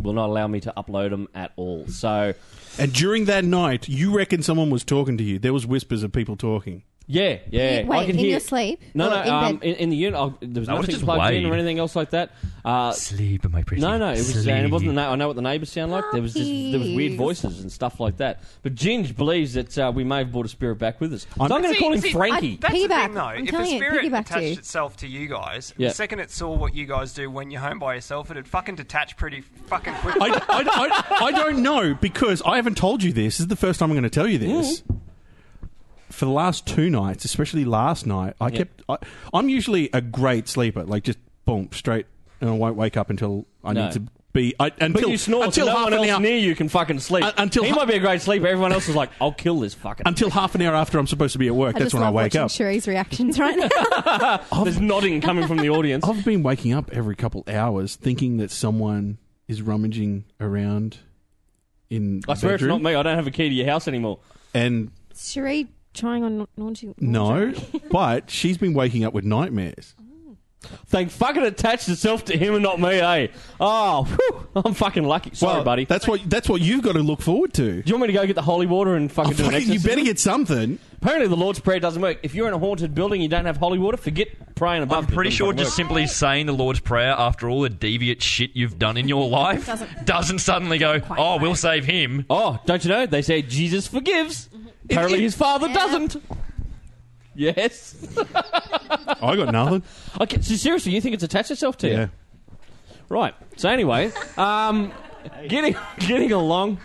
[SPEAKER 1] will not allow me to upload them at all. So
[SPEAKER 2] And during that night, you reckon someone was talking to you. There was whispers of people talking.
[SPEAKER 1] yeah, yeah,
[SPEAKER 3] Wait,
[SPEAKER 1] I can
[SPEAKER 3] in
[SPEAKER 1] hear
[SPEAKER 3] your sleep?
[SPEAKER 1] No,
[SPEAKER 3] Or
[SPEAKER 1] no,
[SPEAKER 3] in
[SPEAKER 1] um,
[SPEAKER 3] bed?
[SPEAKER 1] in, in the unit oh, there was
[SPEAKER 5] That was
[SPEAKER 1] nothing
[SPEAKER 5] just
[SPEAKER 1] plugged in
[SPEAKER 5] Wade.
[SPEAKER 1] or anything else like that. Uh,
[SPEAKER 5] Sleep, my pretty.
[SPEAKER 1] No, no, it was. And it wasn't. The, na- I know what the neighbours sound like. There was just, there was weird
[SPEAKER 3] Puppies.
[SPEAKER 1] voices and stuff like that. But Ginge believes that uh, we may have brought a spirit back with us. so I'm going to
[SPEAKER 4] See-
[SPEAKER 1] call him
[SPEAKER 4] see,
[SPEAKER 1] Frankie.
[SPEAKER 4] That's the
[SPEAKER 3] Piggyback.
[SPEAKER 4] thing, though.
[SPEAKER 3] I'm
[SPEAKER 4] if a
[SPEAKER 3] telling you,
[SPEAKER 4] spirit
[SPEAKER 3] piggyback to
[SPEAKER 4] attached
[SPEAKER 3] you.
[SPEAKER 4] itself to you guys,
[SPEAKER 1] Yeah.
[SPEAKER 4] the second it saw what you guys do when you're home by yourself, it'd fucking detach pretty fucking quick.
[SPEAKER 2] I, I, I, I don't know because I haven't told you this. This is the first time I'm going to tell you this.
[SPEAKER 1] Mm.
[SPEAKER 2] For the last two nights, especially last night, I kept. I, I'm usually a great sleeper, like just boom straight, and I won't wake up until I
[SPEAKER 1] No.
[SPEAKER 2] need to be. I, until
[SPEAKER 1] but you snore,
[SPEAKER 2] until
[SPEAKER 1] so no
[SPEAKER 2] half
[SPEAKER 1] one
[SPEAKER 2] an
[SPEAKER 1] else
[SPEAKER 2] hour
[SPEAKER 1] near you can fucking sleep.
[SPEAKER 2] Uh, until
[SPEAKER 1] he
[SPEAKER 2] ha-
[SPEAKER 1] might be a great sleeper. Everyone else is like, I'll kill this fucking.
[SPEAKER 2] until half an hour after I'm supposed to be at work.
[SPEAKER 3] I
[SPEAKER 2] that's
[SPEAKER 3] just
[SPEAKER 2] when I
[SPEAKER 3] love
[SPEAKER 2] wake
[SPEAKER 3] watching
[SPEAKER 2] up.
[SPEAKER 3] Cherie's reactions right now.
[SPEAKER 1] There's nodding coming from the audience.
[SPEAKER 2] I've been waking up every couple hours thinking that someone is rummaging around in
[SPEAKER 1] I
[SPEAKER 2] the
[SPEAKER 1] swear
[SPEAKER 2] bedroom,
[SPEAKER 1] it's not me. I don't have a key to your house anymore.
[SPEAKER 2] and
[SPEAKER 3] Cherie trying on laundry.
[SPEAKER 2] no, but she's been waking up with nightmares.
[SPEAKER 1] Thank fucking attached itself to him and not me, eh? Oh, whew, I'm fucking lucky. Sorry,
[SPEAKER 2] Well,
[SPEAKER 1] buddy. Do
[SPEAKER 2] That's what that's what you've got to look forward to.
[SPEAKER 1] you want me to go get the holy water and fucking do an
[SPEAKER 2] Oh, Fucking- you
[SPEAKER 1] exorcism?
[SPEAKER 2] better get something.
[SPEAKER 1] Apparently, the Lord's Prayer doesn't work. If you're in a haunted building, you don't have holy water. Forget praying above.
[SPEAKER 5] I'm
[SPEAKER 1] you. It
[SPEAKER 5] pretty
[SPEAKER 1] doesn't
[SPEAKER 5] sure
[SPEAKER 1] fucking
[SPEAKER 5] just
[SPEAKER 1] work.
[SPEAKER 5] simply saying the Lord's Prayer after all the deviant shit you've done in your life
[SPEAKER 3] Doesn't-
[SPEAKER 5] doesn't, suddenly go,
[SPEAKER 3] Quite
[SPEAKER 5] oh,
[SPEAKER 3] right.
[SPEAKER 5] we'll save him.
[SPEAKER 1] Oh, don't you know? They say Jesus forgives.
[SPEAKER 2] Mm-hmm.
[SPEAKER 1] Apparently,
[SPEAKER 2] it-
[SPEAKER 1] his father
[SPEAKER 3] Yeah.
[SPEAKER 1] doesn't. Yes.
[SPEAKER 2] I got nothing.
[SPEAKER 1] Okay. So seriously, you think it's attached itself to
[SPEAKER 2] yeah.
[SPEAKER 1] you? Right. So anyway, um, getting getting along.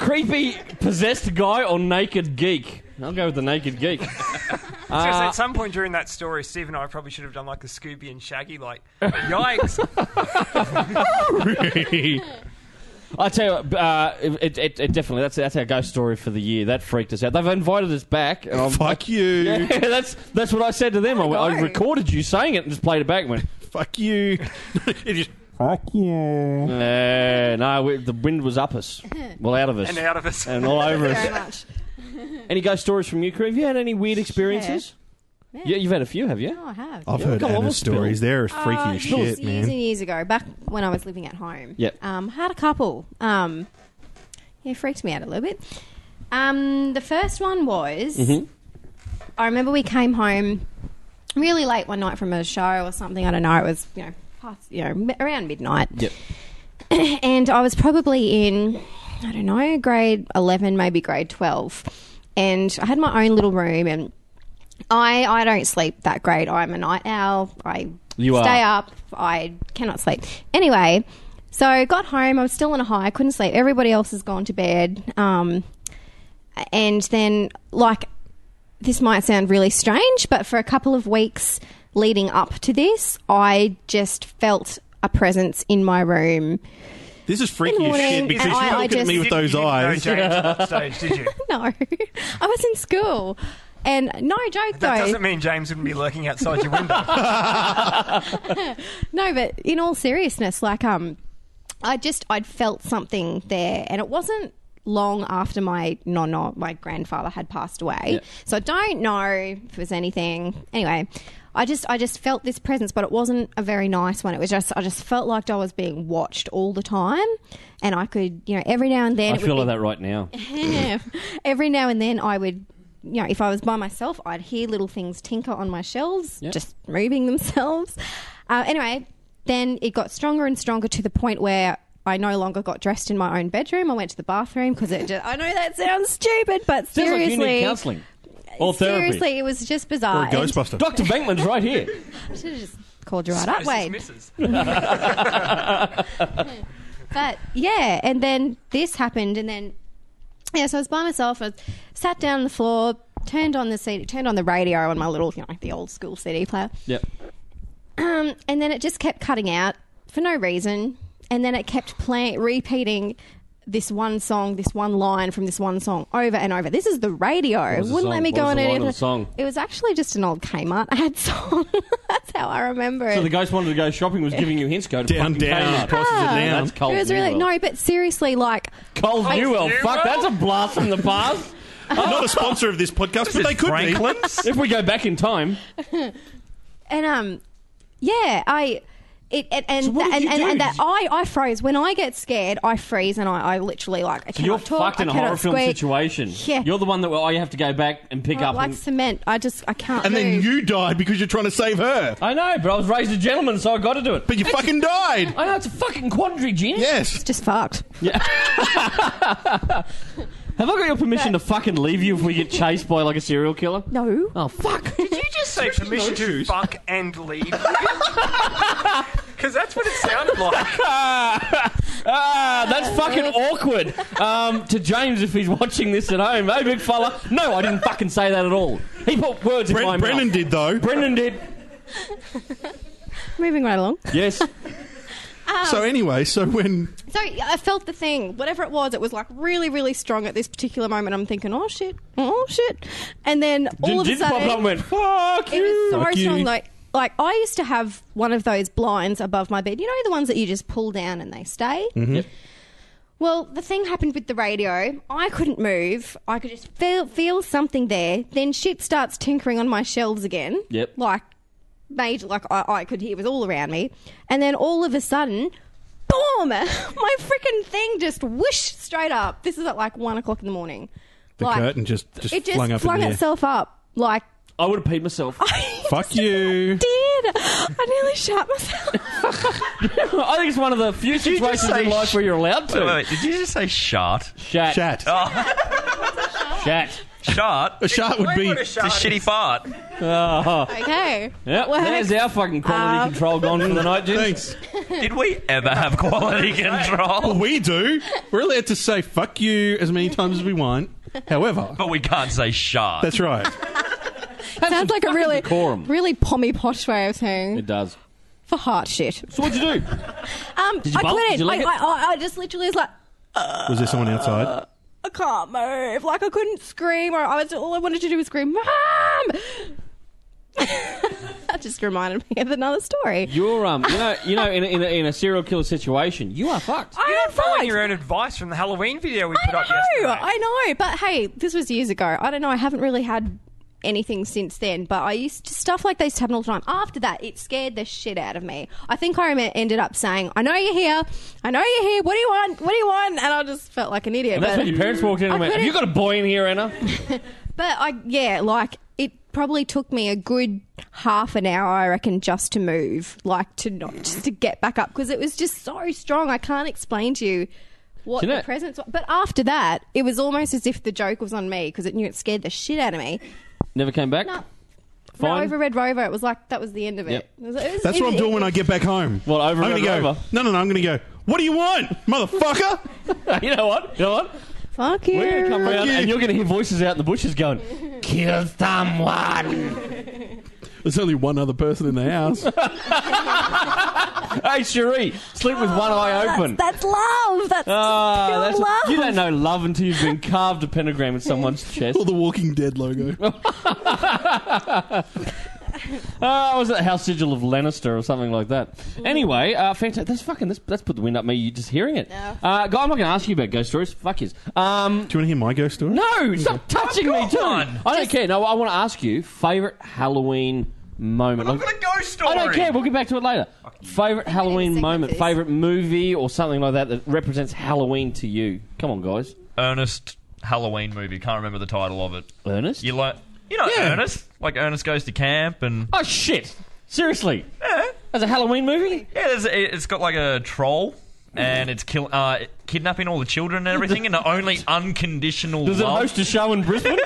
[SPEAKER 1] Creepy possessed guy or naked geek? I'll go with the naked geek.
[SPEAKER 4] Seriously, at some point during that story, Steve and I probably should have done like the Scooby and Shaggy, like, yikes.
[SPEAKER 1] I tell you, uh, it, it, it definitely that's that's our ghost story for the year. That freaked us out. They've invited us back. And I'm,
[SPEAKER 2] Fuck you.
[SPEAKER 1] Yeah, that's that's what I said to them. I, went- I
[SPEAKER 3] know.
[SPEAKER 1] recorded you saying it and just played it back. And went,
[SPEAKER 2] Fuck you. it just fuck you.
[SPEAKER 1] eh, no, we, the wind was up us, well out of us,
[SPEAKER 4] and out of us.
[SPEAKER 1] and all over
[SPEAKER 3] Very
[SPEAKER 1] us.
[SPEAKER 3] much.
[SPEAKER 1] Any ghost stories from you, Kareem? Have you had any weird experiences?
[SPEAKER 3] Yeah.
[SPEAKER 1] Yeah, you've had a few, have you?
[SPEAKER 3] Oh, I have.
[SPEAKER 2] I've
[SPEAKER 1] Yeah,
[SPEAKER 2] heard
[SPEAKER 1] come on,
[SPEAKER 2] Anna's
[SPEAKER 1] spill.
[SPEAKER 2] stories. They're freaky
[SPEAKER 3] Uh,
[SPEAKER 2] as
[SPEAKER 3] years,
[SPEAKER 2] shit,
[SPEAKER 3] years and
[SPEAKER 2] man.
[SPEAKER 3] years ago, back when I was living at home.
[SPEAKER 1] Yep.
[SPEAKER 3] Um, had a couple. Um, yeah, freaked me out a little bit. Um, the first one was I remember we came home really late one night from a show or something. I don't know. It was you know past you know mi- around midnight.
[SPEAKER 1] Yep.
[SPEAKER 3] and I was probably in, I don't know, grade 11, maybe grade 12. And I had my own little room and I, I don't sleep that great. I'm a night owl. I
[SPEAKER 1] You are.
[SPEAKER 3] stay up. I cannot sleep. Anyway, so I got home. I was still on a high. I couldn't sleep. Everybody else has gone to bed. Um, and then, like, this might sound really strange, but for a couple of weeks leading up to this, I just felt a presence in my room.
[SPEAKER 2] This is freaky as
[SPEAKER 3] morning,
[SPEAKER 2] shit because
[SPEAKER 3] and
[SPEAKER 2] you
[SPEAKER 3] I- I
[SPEAKER 2] look at me
[SPEAKER 3] just-
[SPEAKER 2] with those
[SPEAKER 4] you didn't
[SPEAKER 2] eyes.
[SPEAKER 4] Know James at that stage, did you?
[SPEAKER 3] No, I was in school. And no joke,
[SPEAKER 4] That
[SPEAKER 3] though.
[SPEAKER 4] doesn't mean James wouldn't be lurking outside your window.
[SPEAKER 3] No, but in all seriousness, like um, I just I'd felt something there, and it wasn't long after my nonna, my grandfather had passed away. So I don't know if it was anything. Anyway, I just I just felt this presence, but it wasn't a very nice one. It was just I just felt like I was being watched all the time, and I could you know every now and then
[SPEAKER 1] I
[SPEAKER 3] it would
[SPEAKER 1] feel
[SPEAKER 3] be-
[SPEAKER 1] like that right now.
[SPEAKER 3] yeah. Every now and then I would, you know, if I was by myself, I'd hear little things tinker on my shelves,
[SPEAKER 1] Yeah.
[SPEAKER 3] just moving themselves. Uh, anyway, then it got stronger and stronger to the point where I no longer got dressed in my own bedroom. I went to the bathroom because it just, I know that sounds stupid, but
[SPEAKER 1] Sounds like
[SPEAKER 3] seriously.
[SPEAKER 1] you need counselling or therapy.
[SPEAKER 3] Seriously, it was just bizarre.
[SPEAKER 2] Or a Ghostbuster.
[SPEAKER 1] Doctor Bankman's right here.
[SPEAKER 3] should have just called you right up,
[SPEAKER 4] This is
[SPEAKER 3] Wade.
[SPEAKER 4] missus.
[SPEAKER 3] But yeah, and then this happened, and then yeah, so I was by myself. I was, sat down on the floor, turned on the CD, turned on the radio on my little, you know, the old school CD player,
[SPEAKER 1] Yep.
[SPEAKER 3] um, and then it just kept cutting out for no reason, and then it kept playing, repeating this one song, this one line from this one song over and over. This is the radio. It
[SPEAKER 1] was the
[SPEAKER 3] wouldn't
[SPEAKER 1] song?
[SPEAKER 3] let me
[SPEAKER 1] What
[SPEAKER 3] go
[SPEAKER 1] was
[SPEAKER 3] on
[SPEAKER 1] the
[SPEAKER 3] any
[SPEAKER 1] line of
[SPEAKER 3] other-
[SPEAKER 1] the song?
[SPEAKER 3] It was actually just an old Kmart ad song. That's how I remember it.
[SPEAKER 1] So the ghost wanted to go shopping, was giving you hints. Go to
[SPEAKER 2] Down,
[SPEAKER 1] fucking
[SPEAKER 2] down,
[SPEAKER 1] Kmart.
[SPEAKER 2] crosses it down.
[SPEAKER 1] That's Cold
[SPEAKER 3] it was really
[SPEAKER 1] Newell.
[SPEAKER 3] no, but seriously, like
[SPEAKER 1] Cold Newell. Fuck, that's a blast from the past.
[SPEAKER 2] Not a sponsor of this podcast, but they could
[SPEAKER 5] Franklin's?
[SPEAKER 1] if we go back in time,
[SPEAKER 3] and um, yeah, I. It, and and,
[SPEAKER 1] So what did
[SPEAKER 3] and,
[SPEAKER 1] you
[SPEAKER 3] and,
[SPEAKER 1] do?
[SPEAKER 3] and that I, I froze when I get scared. I freeze and I, I literally like I
[SPEAKER 1] so you're
[SPEAKER 3] cannot talk.
[SPEAKER 1] fucked in
[SPEAKER 3] I
[SPEAKER 1] a
[SPEAKER 3] cannot
[SPEAKER 1] horror film
[SPEAKER 3] squeak.
[SPEAKER 1] situation.
[SPEAKER 3] Yeah.
[SPEAKER 1] You're the one that well, you have to go back and pick
[SPEAKER 3] I'm
[SPEAKER 1] up.
[SPEAKER 3] like
[SPEAKER 1] and-
[SPEAKER 3] cement. I just I can't.
[SPEAKER 2] And then
[SPEAKER 3] move.
[SPEAKER 2] you died because you're trying to save her.
[SPEAKER 1] I know, but I was raised a gentleman, so I got to do it.
[SPEAKER 2] But you fucking died.
[SPEAKER 1] I know it's a fucking quandary, Jim.
[SPEAKER 2] Yes.
[SPEAKER 3] just fucked.
[SPEAKER 1] Have I got your permission to fucking leave you if we get chased by like a serial killer?
[SPEAKER 3] No,
[SPEAKER 1] Oh fuck!
[SPEAKER 4] Did you just say permission to fuck and leave? Because that's what it sounded like.
[SPEAKER 1] Ah, that's fucking awkward. Um, to James, if he's watching this at home, hey big fella. No, I didn't fucking say that at all. He put words in my
[SPEAKER 2] Bren-
[SPEAKER 1] mouth.
[SPEAKER 2] Brennan did though.
[SPEAKER 1] Brendan did.
[SPEAKER 3] moving right along.
[SPEAKER 1] Yes.
[SPEAKER 2] So anyway, so when
[SPEAKER 3] So I felt the thing, whatever it was, it was like really, really strong at this particular moment. I'm thinking, oh shit, oh shit, and then all
[SPEAKER 1] Did,
[SPEAKER 3] of a
[SPEAKER 1] did
[SPEAKER 3] sudden,
[SPEAKER 1] pop up and went fuck
[SPEAKER 3] It
[SPEAKER 1] you.
[SPEAKER 3] was so
[SPEAKER 1] Fuck you.
[SPEAKER 3] strong. Like, like I used to have one of those blinds above my bed. You know the ones that you just pull down and they stay.
[SPEAKER 2] Mm-hmm.
[SPEAKER 1] Yep.
[SPEAKER 3] Well, the thing happened with the radio. I couldn't move. I could just feel feel something there. Then shit starts tinkering on my shelves again.
[SPEAKER 1] Yep.
[SPEAKER 3] Like, major. Like I, I could hear it was all around me, and then all of a sudden. Boom! My freaking thing just whoosh straight up. This is at like one o'clock in the morning.
[SPEAKER 2] the curtain just just
[SPEAKER 3] it just
[SPEAKER 2] flung up in the air.
[SPEAKER 3] itself up like
[SPEAKER 1] I would have peed myself.
[SPEAKER 2] Fuck you.
[SPEAKER 3] did. I nearly shot myself.
[SPEAKER 1] I think it's one of the few
[SPEAKER 5] you just
[SPEAKER 1] situations
[SPEAKER 5] say
[SPEAKER 1] in life
[SPEAKER 5] sh-
[SPEAKER 1] where you're allowed to.
[SPEAKER 5] Wait, wait, did you just say shart?
[SPEAKER 1] Shat.
[SPEAKER 2] Chat.
[SPEAKER 1] Shat.
[SPEAKER 5] Shart?
[SPEAKER 2] a shot would be.
[SPEAKER 4] What a
[SPEAKER 5] It's a
[SPEAKER 4] shot.
[SPEAKER 5] shitty fart.
[SPEAKER 3] Okay.
[SPEAKER 1] Yep.
[SPEAKER 3] Well,
[SPEAKER 1] There's our fucking quality
[SPEAKER 3] Um,
[SPEAKER 1] control gone for the night, Jim.
[SPEAKER 2] Thanks.
[SPEAKER 5] Did we ever have quality control?
[SPEAKER 2] We do. We're allowed to say fuck you as many times as we want. However,
[SPEAKER 5] But we can't say shart.
[SPEAKER 2] that's right.
[SPEAKER 3] sounds like a really,
[SPEAKER 1] decorum.
[SPEAKER 3] really pommy posh way of saying
[SPEAKER 1] It does.
[SPEAKER 3] for heart shit.
[SPEAKER 1] So what'd you do?
[SPEAKER 3] Um,
[SPEAKER 1] you
[SPEAKER 3] I
[SPEAKER 1] bolt?
[SPEAKER 3] couldn't.
[SPEAKER 1] Did you like
[SPEAKER 3] I,
[SPEAKER 1] it?
[SPEAKER 3] I, I, I just literally was like,
[SPEAKER 2] Was there someone outside?
[SPEAKER 3] I can't move. Like I couldn't scream, or I was all I wanted to do was scream, mom. that just reminded me of another story.
[SPEAKER 1] You're um, you know, you know, in a, in, a, in a serial killer situation, you are fucked.
[SPEAKER 3] I
[SPEAKER 4] You're
[SPEAKER 3] am
[SPEAKER 4] not following
[SPEAKER 3] fucked.
[SPEAKER 4] your own advice from the Halloween video we
[SPEAKER 3] I
[SPEAKER 4] put up
[SPEAKER 3] know,
[SPEAKER 4] yesterday.
[SPEAKER 3] I know. But hey, this was years ago. I don't know. I haven't really had anything since then. But I used to stuff like that used to happen all the time. After that, it scared the shit out of me. I think I em- ended up saying, "I know you're here. I know you're here. What do you want? What do you want?" And I just felt like an idiot.
[SPEAKER 1] And that's
[SPEAKER 3] but,
[SPEAKER 1] when your parents walked in
[SPEAKER 3] I
[SPEAKER 1] and went, "Have
[SPEAKER 3] couldn't-
[SPEAKER 1] you got a boy in here, Anna?"
[SPEAKER 3] but I, yeah, like it probably took me a good half an hour, I reckon, just to move, like to not just to get back up because it was just so strong. I can't explain to you what
[SPEAKER 1] Jeanette.
[SPEAKER 3] the presence was. But after that, it was almost as if the joke was on me because it knew it scared the shit out of me.
[SPEAKER 1] Never came back.
[SPEAKER 3] No.
[SPEAKER 1] Fine.
[SPEAKER 3] Rover, Red Rover, it was like that was the end of it.
[SPEAKER 1] Yep.
[SPEAKER 3] It was- it was-
[SPEAKER 2] That's
[SPEAKER 3] it-
[SPEAKER 2] what I'm doing when I get back home.
[SPEAKER 1] Well, over
[SPEAKER 2] I'm
[SPEAKER 1] and
[SPEAKER 2] gonna go.
[SPEAKER 1] over.
[SPEAKER 2] No, no, no. I'm going to go. What do you want, motherfucker?
[SPEAKER 1] you know what? You know what?
[SPEAKER 3] Fuck you.
[SPEAKER 1] We're gonna come around
[SPEAKER 2] you.
[SPEAKER 1] and you're gonna hear voices out in the bushes going, "Kill someone."
[SPEAKER 2] There's only one other person in the house.
[SPEAKER 1] hey, Cherie, sleep with one eye
[SPEAKER 3] Oh, that's,
[SPEAKER 1] open.
[SPEAKER 3] that's love. That's pure
[SPEAKER 1] Ah,
[SPEAKER 3] love.
[SPEAKER 1] you don't know love until you've been carved a pentagram in someone's chest.
[SPEAKER 2] or the Walking Dead logo.
[SPEAKER 1] Uh, was it the House Sigil of Lannister or something like that?
[SPEAKER 3] Mm.
[SPEAKER 1] Anyway, uh, fantastic. That's fucking. That's, that's put the wind up me. You just hearing it. Uh, guy, I'm not going to ask you about ghost stories. Fuck yes. Um,
[SPEAKER 2] Do you want to hear my ghost story?
[SPEAKER 1] no, stop touching me, too. I
[SPEAKER 5] one.
[SPEAKER 1] don't care. No, I want to ask you favorite Halloween moment.
[SPEAKER 5] I've got a ghost story.
[SPEAKER 1] I don't care. We'll get back to it later. Favorite Halloween
[SPEAKER 3] segment
[SPEAKER 1] moment,
[SPEAKER 3] this.
[SPEAKER 1] favorite movie, or something like that that represents Halloween to you. Come on, guys.
[SPEAKER 5] Ernest Halloween movie. Can't remember the title of it.
[SPEAKER 1] Ernest.
[SPEAKER 5] You like, you know, Ernest. Like Ernest goes to camp, and
[SPEAKER 1] oh shit! Seriously. That's a Halloween movie.
[SPEAKER 5] yeah, there's, it- it's got like a troll, and it's kill, uh, kidnapping all the children and everything, and only unconditional
[SPEAKER 1] Does it
[SPEAKER 5] love,
[SPEAKER 1] host a show in Brisbane?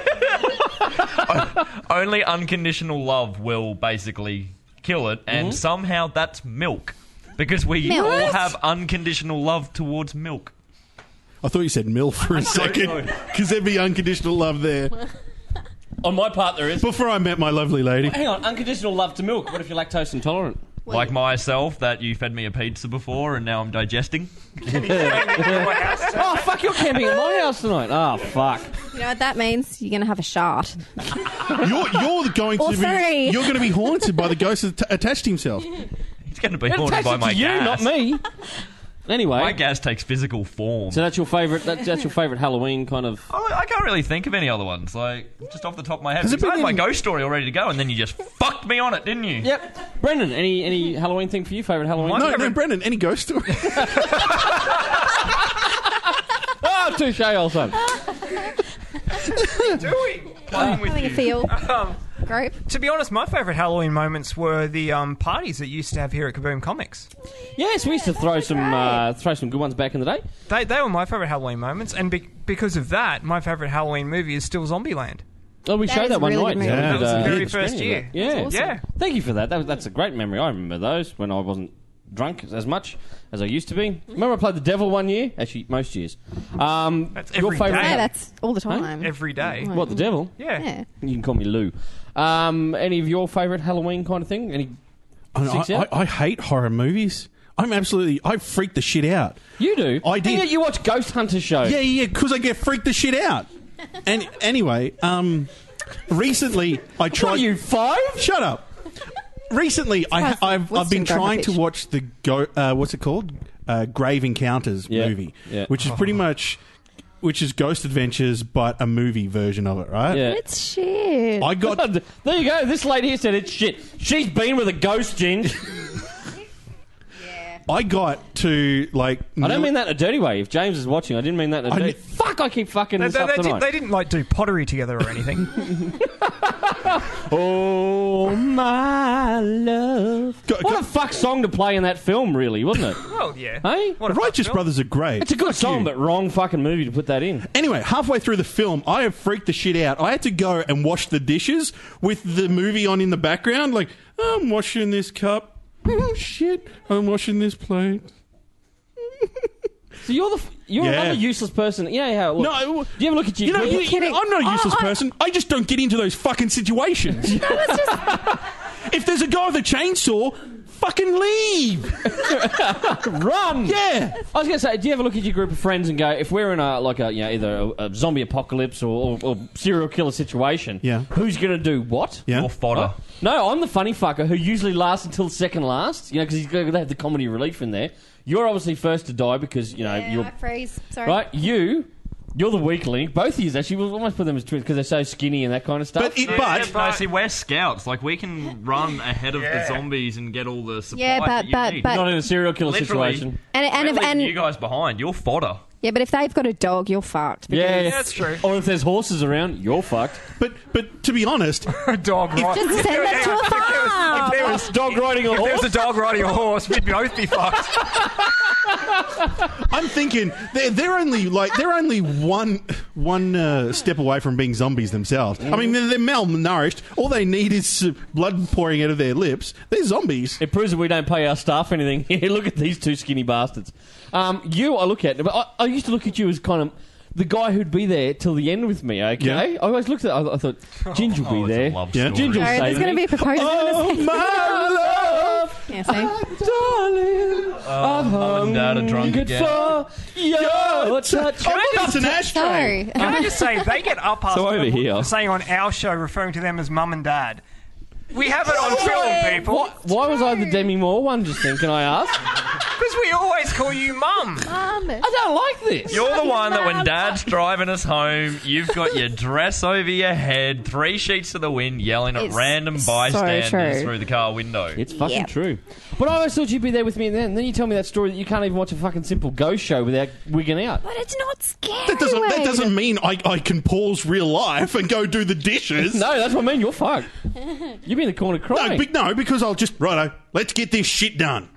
[SPEAKER 5] only unconditional love will basically kill it, and
[SPEAKER 1] Mm-hmm.
[SPEAKER 5] somehow that's milk, because we
[SPEAKER 3] Milk?
[SPEAKER 5] all have unconditional love towards milk.
[SPEAKER 2] I thought you said MILF for a second because there'd be unconditional love there.
[SPEAKER 1] On my part, there is.
[SPEAKER 2] Before I met my lovely lady,
[SPEAKER 1] Hang on, unconditional love to milk. What if you're lactose intolerant?
[SPEAKER 3] Well,
[SPEAKER 5] like
[SPEAKER 3] you-
[SPEAKER 5] myself, that you fed me a pizza before and now I'm digesting.
[SPEAKER 1] Oh, fuck, you're camping at my house tonight. Oh, fuck.
[SPEAKER 3] You know what that means? You're going to have a shart.
[SPEAKER 2] You're, you're going to
[SPEAKER 3] Well, sorry.
[SPEAKER 2] be you're going to be haunted by the ghost that t- attached himself.
[SPEAKER 5] It's going to be
[SPEAKER 1] It
[SPEAKER 5] haunted
[SPEAKER 1] takes
[SPEAKER 5] by
[SPEAKER 1] it
[SPEAKER 5] my
[SPEAKER 1] to you,
[SPEAKER 5] gas.
[SPEAKER 1] not me. Anyway.
[SPEAKER 5] My gas takes physical form.
[SPEAKER 1] So that's your favourite. That, that's your favourite Halloween kind of.
[SPEAKER 5] I, I can't really think of any other ones. Like just off the top of my head,
[SPEAKER 2] Has it
[SPEAKER 5] because I had
[SPEAKER 2] been
[SPEAKER 5] my
[SPEAKER 2] in-
[SPEAKER 5] ghost story all ready to go, and then you just fucked me on it, didn't you?
[SPEAKER 1] Yep. Brendan, any any Halloween thing for you? Favourite Halloween?
[SPEAKER 2] No,
[SPEAKER 1] thing?
[SPEAKER 2] no, Brendan, any ghost story?
[SPEAKER 1] Oh, touche also.
[SPEAKER 4] doing? Playing with
[SPEAKER 3] Having a
[SPEAKER 4] you.
[SPEAKER 3] feel.
[SPEAKER 4] Um,
[SPEAKER 3] Group.
[SPEAKER 4] to be honest, my favourite Halloween moments were the um, parties that you used to have here at Kaboom Comics.
[SPEAKER 1] Yes, we used to throw some uh, throw some good ones back in the day.
[SPEAKER 4] They, they were my favourite Halloween moments, and be- because of that, my favourite Halloween movie is still Zombieland.
[SPEAKER 1] Oh, we
[SPEAKER 3] That
[SPEAKER 1] showed
[SPEAKER 3] is
[SPEAKER 1] that one night.
[SPEAKER 3] really good
[SPEAKER 2] Yeah,
[SPEAKER 1] We
[SPEAKER 2] that
[SPEAKER 1] did,
[SPEAKER 2] was the
[SPEAKER 1] uh,
[SPEAKER 2] very
[SPEAKER 1] did
[SPEAKER 4] first
[SPEAKER 1] screening
[SPEAKER 4] year.
[SPEAKER 1] of that. Yeah,
[SPEAKER 3] That's awesome.
[SPEAKER 4] Yeah.
[SPEAKER 1] Thank you for that. that was, that's a great memory. I remember those when I wasn't drunk as much as I used to be. Remember, I played the devil one year. Actually, most years. Um,
[SPEAKER 4] That's
[SPEAKER 1] your
[SPEAKER 4] every
[SPEAKER 1] favourite?
[SPEAKER 4] day.
[SPEAKER 3] Yeah, that's all the time.
[SPEAKER 4] Every day.
[SPEAKER 1] What the devil?
[SPEAKER 4] Yeah.
[SPEAKER 3] Yeah.
[SPEAKER 1] You can call me Lou. Um, any of your favourite Halloween kind of thing? Any?
[SPEAKER 2] I, know,
[SPEAKER 1] Six
[SPEAKER 2] I,
[SPEAKER 1] out?
[SPEAKER 2] I, I hate horror movies. I'm absolutely. I freak the shit out.
[SPEAKER 1] You do.
[SPEAKER 2] I
[SPEAKER 1] And
[SPEAKER 2] did.
[SPEAKER 1] yet You watch Ghost Hunter show.
[SPEAKER 2] Yeah, yeah, because I get freaked the shit out. And anyway, um, recently I
[SPEAKER 1] What
[SPEAKER 2] tried.
[SPEAKER 1] Are you five?
[SPEAKER 2] Shut up. Recently, I,
[SPEAKER 3] Surprised
[SPEAKER 2] I've, I've
[SPEAKER 3] Winston
[SPEAKER 2] been
[SPEAKER 3] got
[SPEAKER 2] trying
[SPEAKER 3] the
[SPEAKER 2] to
[SPEAKER 3] fish.
[SPEAKER 2] watch the go. Uh, what's it called? Uh, Grave Encounters
[SPEAKER 1] Yeah,
[SPEAKER 2] movie,
[SPEAKER 1] yeah.
[SPEAKER 2] which is pretty much, which is Ghost Adventures, but a movie version of it, right?
[SPEAKER 1] Yeah.
[SPEAKER 3] It's shit.
[SPEAKER 2] I got
[SPEAKER 1] God, there you go. This lady here said it's shit. She's been with a ghost, Ginge.
[SPEAKER 2] I got to like.
[SPEAKER 1] I don't mean that in a dirty way. If James is watching, I didn't mean that in a
[SPEAKER 2] I
[SPEAKER 1] dirty
[SPEAKER 2] kn-
[SPEAKER 1] Fuck, I keep fucking
[SPEAKER 4] They,
[SPEAKER 1] this
[SPEAKER 4] they-
[SPEAKER 1] up
[SPEAKER 4] they did,
[SPEAKER 1] tonight.
[SPEAKER 4] they didn't like do pottery together or anything.
[SPEAKER 1] oh, my love.
[SPEAKER 2] Go-
[SPEAKER 1] what
[SPEAKER 2] go-
[SPEAKER 1] a fuck song to play in that film, really, wasn't it?
[SPEAKER 4] well, yeah.
[SPEAKER 1] Hey?
[SPEAKER 4] What
[SPEAKER 2] The
[SPEAKER 4] a fuck
[SPEAKER 2] Righteous
[SPEAKER 4] film.
[SPEAKER 2] Brothers are great.
[SPEAKER 1] It's a good song, but wrong fucking movie to put that in.
[SPEAKER 2] Anyway, halfway through the film, I have freaked the shit out. I had to go and wash the dishes with the movie on in the background. Like, I'm washing this cup. Oh, shit. I'm washing this plate.
[SPEAKER 1] So you're the f- you're
[SPEAKER 2] Yeah.
[SPEAKER 1] another useless person. You know how it
[SPEAKER 2] No,
[SPEAKER 1] looks.
[SPEAKER 2] I-
[SPEAKER 1] Do you ever look at your
[SPEAKER 2] You know,
[SPEAKER 1] group- Ah,
[SPEAKER 2] you,
[SPEAKER 3] kidding.
[SPEAKER 2] I'm not a useless
[SPEAKER 3] I- I-
[SPEAKER 2] person. I just don't get into those fucking situations. if there's a guy with a chainsaw, fucking leave.
[SPEAKER 1] run?
[SPEAKER 2] Yeah.
[SPEAKER 1] I was going to say, do you ever look at your group of friends and go, if we're in a like a you know either a, a zombie apocalypse or, or, or serial killer situation,
[SPEAKER 2] Yeah.
[SPEAKER 1] who's going to do what?
[SPEAKER 2] Yeah.
[SPEAKER 5] Or fodder.
[SPEAKER 1] No, I'm the funny fucker who usually lasts until second last, you know, because he's going to have the comedy relief in there. You're obviously first to die because you know
[SPEAKER 3] yeah,
[SPEAKER 1] you're
[SPEAKER 3] I freeze. Sorry.
[SPEAKER 1] right. You, you're the weak link. Both of you actually, we'll almost put them as twins because they're so skinny and that kind of stuff.
[SPEAKER 2] But it,
[SPEAKER 5] Yeah,
[SPEAKER 2] but
[SPEAKER 5] no, see, we're scouts. Like we can run ahead of the
[SPEAKER 4] Yeah.
[SPEAKER 5] zombies and get all the supply
[SPEAKER 3] Yeah, but-
[SPEAKER 5] that you
[SPEAKER 3] but-
[SPEAKER 5] need.
[SPEAKER 3] but-
[SPEAKER 1] not in a serial killer
[SPEAKER 5] Literally.
[SPEAKER 1] situation.
[SPEAKER 3] And, and,
[SPEAKER 5] We're
[SPEAKER 3] if,
[SPEAKER 5] leaving
[SPEAKER 3] and
[SPEAKER 5] you guys behind, you're fodder.
[SPEAKER 3] yeah, but if they've got a dog, you're fucked. because-
[SPEAKER 1] Yeah,
[SPEAKER 4] that's true.
[SPEAKER 1] Or if there's horses around, you're fucked.
[SPEAKER 2] but but to be honest,
[SPEAKER 4] A dog riding.
[SPEAKER 3] Just send that to a farm.
[SPEAKER 4] If there was,
[SPEAKER 1] Dog riding a
[SPEAKER 4] if there
[SPEAKER 1] horse.
[SPEAKER 4] was a dog riding a horse, we'd both be fucked.
[SPEAKER 2] I'm thinking they're, they're only like they're only one one uh, step away from being zombies themselves. I mean, they're, they're malnourished. All they need is uh, blood pouring out of their lips. They're zombies.
[SPEAKER 1] It proves that we don't pay our staff anything. Here, look at these two skinny bastards. Um, you, I look at, but I, I used to look at you as kind of the guy who'd be there till the end with me. Okay,
[SPEAKER 2] Yeah.
[SPEAKER 1] I always looked at. I, I thought Ginge will be
[SPEAKER 5] Oh, it's a
[SPEAKER 1] there.
[SPEAKER 5] love
[SPEAKER 2] Yeah.
[SPEAKER 5] story.
[SPEAKER 1] Ginger will
[SPEAKER 3] Sorry,
[SPEAKER 1] save
[SPEAKER 3] there's going to be
[SPEAKER 1] me.
[SPEAKER 3] a proposal.
[SPEAKER 2] Oh my love,
[SPEAKER 3] yeah, see?
[SPEAKER 1] darling, I'm
[SPEAKER 5] Mum and Dad are drunk
[SPEAKER 1] hungered
[SPEAKER 5] again.
[SPEAKER 1] for your touch.
[SPEAKER 2] Oh, that's an ashtray.
[SPEAKER 3] Sorry.
[SPEAKER 4] Can I just say, if they get up us
[SPEAKER 1] So
[SPEAKER 4] for
[SPEAKER 1] over here.
[SPEAKER 4] for saying on our show, referring to them as mum and dad. We have it on film, people.
[SPEAKER 1] What, why was I the Demi Moore one? Just thinking, I asked.
[SPEAKER 4] Because we always call you
[SPEAKER 3] Um,
[SPEAKER 4] mum.
[SPEAKER 1] I don't like this.
[SPEAKER 5] You're the one that when dad's driving us home, you've got your dress over your head, three sheets to the wind, yelling at
[SPEAKER 3] It's
[SPEAKER 5] random
[SPEAKER 3] so
[SPEAKER 5] bystanders
[SPEAKER 3] true.
[SPEAKER 5] through the car window.
[SPEAKER 1] It's fucking
[SPEAKER 3] Yep.
[SPEAKER 1] true. But I always thought you'd be there with me then. And then you tell me that story that you can't even watch a fucking simple ghost show without wigging out.
[SPEAKER 3] But it's not scary.
[SPEAKER 2] That doesn't, that
[SPEAKER 3] Wade.
[SPEAKER 2] doesn't mean I, I can pause real life and go do the dishes.
[SPEAKER 1] No, that's what I mean. You're fucked. You'd be in the corner
[SPEAKER 2] No,
[SPEAKER 1] crying.
[SPEAKER 2] be- no, because I'll just righto. Let's get this shit done.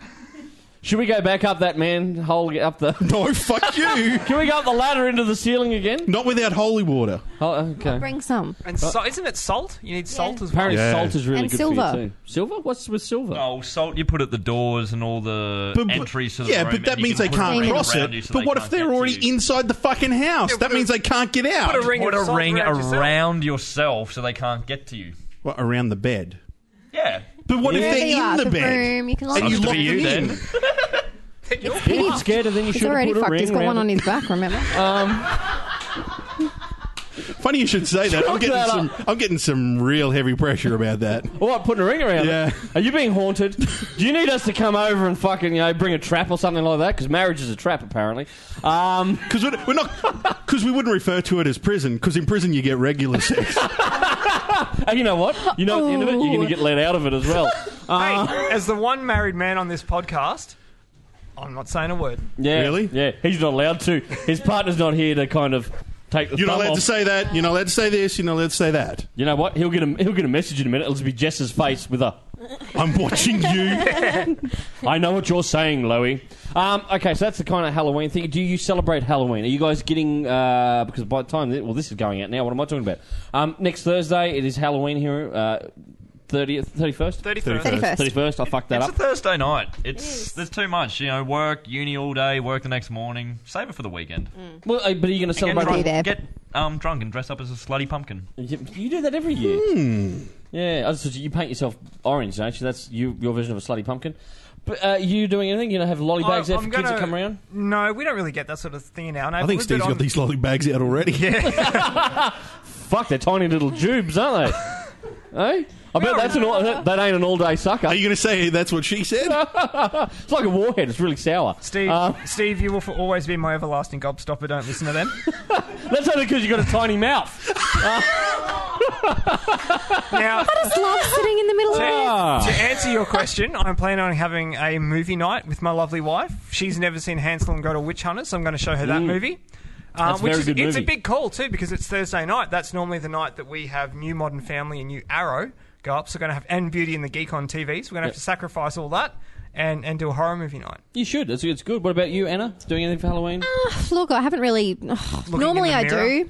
[SPEAKER 1] Should we go back up that manhole, get up the...
[SPEAKER 2] No, fuck you.
[SPEAKER 1] Can we go up the ladder into the ceiling again?
[SPEAKER 2] Not without holy water.
[SPEAKER 1] Oh, okay.
[SPEAKER 3] Bring some.
[SPEAKER 4] And so,
[SPEAKER 1] Uh.
[SPEAKER 4] isn't it salt? You need salt as well.
[SPEAKER 1] Apparently
[SPEAKER 2] Yeah.
[SPEAKER 1] salt is really
[SPEAKER 3] And
[SPEAKER 1] good for you
[SPEAKER 3] silver.
[SPEAKER 1] too. Silver? What's with silver?
[SPEAKER 5] Oh, salt you put at the doors and all the
[SPEAKER 2] But- but-
[SPEAKER 5] entries to the
[SPEAKER 2] yeah,
[SPEAKER 5] room,
[SPEAKER 2] but that
[SPEAKER 5] and you
[SPEAKER 2] means
[SPEAKER 5] can
[SPEAKER 2] they
[SPEAKER 5] put a
[SPEAKER 2] can't
[SPEAKER 5] ring
[SPEAKER 2] cross
[SPEAKER 5] around
[SPEAKER 2] it.
[SPEAKER 5] you so
[SPEAKER 2] but
[SPEAKER 5] they
[SPEAKER 2] what
[SPEAKER 5] can't
[SPEAKER 2] if they're
[SPEAKER 5] get to
[SPEAKER 2] already
[SPEAKER 5] you?
[SPEAKER 2] inside the fucking house?
[SPEAKER 4] Yeah,
[SPEAKER 2] that
[SPEAKER 4] put
[SPEAKER 2] means
[SPEAKER 4] a-
[SPEAKER 2] they can't get out.
[SPEAKER 4] Put a ring,
[SPEAKER 5] Put
[SPEAKER 4] of
[SPEAKER 5] a
[SPEAKER 4] salt
[SPEAKER 5] ring
[SPEAKER 4] around yourself.
[SPEAKER 5] around yourself so they can't get to you.
[SPEAKER 2] What, around the bed.
[SPEAKER 5] Yeah.
[SPEAKER 2] But what
[SPEAKER 3] Wherever
[SPEAKER 2] if they're
[SPEAKER 3] you
[SPEAKER 2] in
[SPEAKER 3] are,
[SPEAKER 2] the,
[SPEAKER 3] the
[SPEAKER 2] bed?
[SPEAKER 3] room, you can lock
[SPEAKER 2] and you
[SPEAKER 5] Sucks to
[SPEAKER 2] lock
[SPEAKER 5] be you
[SPEAKER 2] them in.
[SPEAKER 5] then.
[SPEAKER 1] He got scared and then you
[SPEAKER 3] He's
[SPEAKER 1] should have
[SPEAKER 3] already
[SPEAKER 1] put a
[SPEAKER 3] fucked.
[SPEAKER 1] ring
[SPEAKER 3] He's got one
[SPEAKER 1] round
[SPEAKER 3] on
[SPEAKER 1] it.
[SPEAKER 3] his back. Remember?
[SPEAKER 2] Funny you should say that. I'm
[SPEAKER 1] Chalk
[SPEAKER 2] getting
[SPEAKER 1] that
[SPEAKER 2] some. I'm getting some real heavy pressure about that.
[SPEAKER 1] What, putting a ring around
[SPEAKER 2] Yeah.
[SPEAKER 1] it? Are you being haunted? Do you need us to come over and fucking, you know, bring a trap or something like that? Because marriage is a trap, apparently. Um,
[SPEAKER 2] Because we're, we're not. Because we wouldn't refer to it as prison. Because in prison you get regular sex.
[SPEAKER 1] and Uh, you know what? You know, at the end of it, you're going to get let out of it as well. Uh,
[SPEAKER 4] Hey, as the one married man on this podcast, I'm not saying a word.
[SPEAKER 1] yeah,
[SPEAKER 2] Really?
[SPEAKER 1] Yeah, he's not allowed to. His partner's not here to kind of take the
[SPEAKER 2] You're not
[SPEAKER 1] thumb
[SPEAKER 2] allowed
[SPEAKER 1] off.
[SPEAKER 2] to say that. You're not allowed to say this. You're not allowed to say that.
[SPEAKER 1] you know what? He'll get a he'll get a message in a minute. It'll just be Jess's face with a
[SPEAKER 2] I'm watching you.
[SPEAKER 1] I know what you're saying, Loey. Um, okay, so that's the kind of Halloween thing. Do you celebrate Halloween? Are you guys getting uh, because by the time well, this is going out now. What am I talking about? Um, next Thursday it is Halloween here. uh, Thirtieth, thirty first,
[SPEAKER 4] 31st.
[SPEAKER 3] 31st.
[SPEAKER 1] thirty first. I fucked that
[SPEAKER 5] It's a
[SPEAKER 1] up.
[SPEAKER 5] Thursday night. It's
[SPEAKER 3] is.
[SPEAKER 5] there's too much. You know, work, uni all day, work the next morning. Save it for the weekend.
[SPEAKER 1] Well, uh, but are you going
[SPEAKER 5] Get
[SPEAKER 1] to celebrate?
[SPEAKER 3] I'll be
[SPEAKER 5] drunk,
[SPEAKER 3] there.
[SPEAKER 5] get um, drunk and dress up as a slutty pumpkin.
[SPEAKER 1] You do that every year. Hmm. Yeah, I just, you paint yourself orange, don't you? That's you, your version of a slutty pumpkin. But uh, you doing anything? You know, have lolly bags there
[SPEAKER 4] I'm
[SPEAKER 1] for kids
[SPEAKER 4] gonna-
[SPEAKER 1] that come around?
[SPEAKER 4] No, we don't really get that sort of thing in our
[SPEAKER 2] I think Steve's got these lolly bags out already.
[SPEAKER 1] Fuck, they're tiny little tubes, aren't they? hey, I bet that's an all, that, that ain't an all day sucker.
[SPEAKER 2] Are you going to say that's what she said?
[SPEAKER 1] It's like a warhead. It's really sour.
[SPEAKER 4] Steve,
[SPEAKER 1] Uh,
[SPEAKER 4] Steve, you will for always be my everlasting gobstopper. Don't listen to them.
[SPEAKER 1] that's only because you got a tiny mouth.
[SPEAKER 4] now,
[SPEAKER 3] Just love sitting in the middle of it.
[SPEAKER 1] Ah.
[SPEAKER 4] to answer your question, I'm planning on having a movie night with my lovely wife. She's never seen Hansel and Gretel Witch Hunters, so I'm going to show her that movie.
[SPEAKER 1] Mm.
[SPEAKER 4] Um,
[SPEAKER 1] That's a
[SPEAKER 4] which
[SPEAKER 1] very
[SPEAKER 4] is,
[SPEAKER 1] good
[SPEAKER 4] It's a
[SPEAKER 1] movie.
[SPEAKER 4] big call too because it's Thursday night. That's normally the night that we have New Modern Family and New Arrow go up. So we're going to have and Beauty and the Geek on TV. So we're going to have
[SPEAKER 1] Yep.
[SPEAKER 4] to sacrifice all that and and do a horror movie night.
[SPEAKER 1] You should. It's, it's good. What about you, Anna? Doing anything for Halloween?
[SPEAKER 3] Ah, Look, I haven't really.
[SPEAKER 4] in
[SPEAKER 3] normally,
[SPEAKER 4] the
[SPEAKER 3] I
[SPEAKER 4] mirror.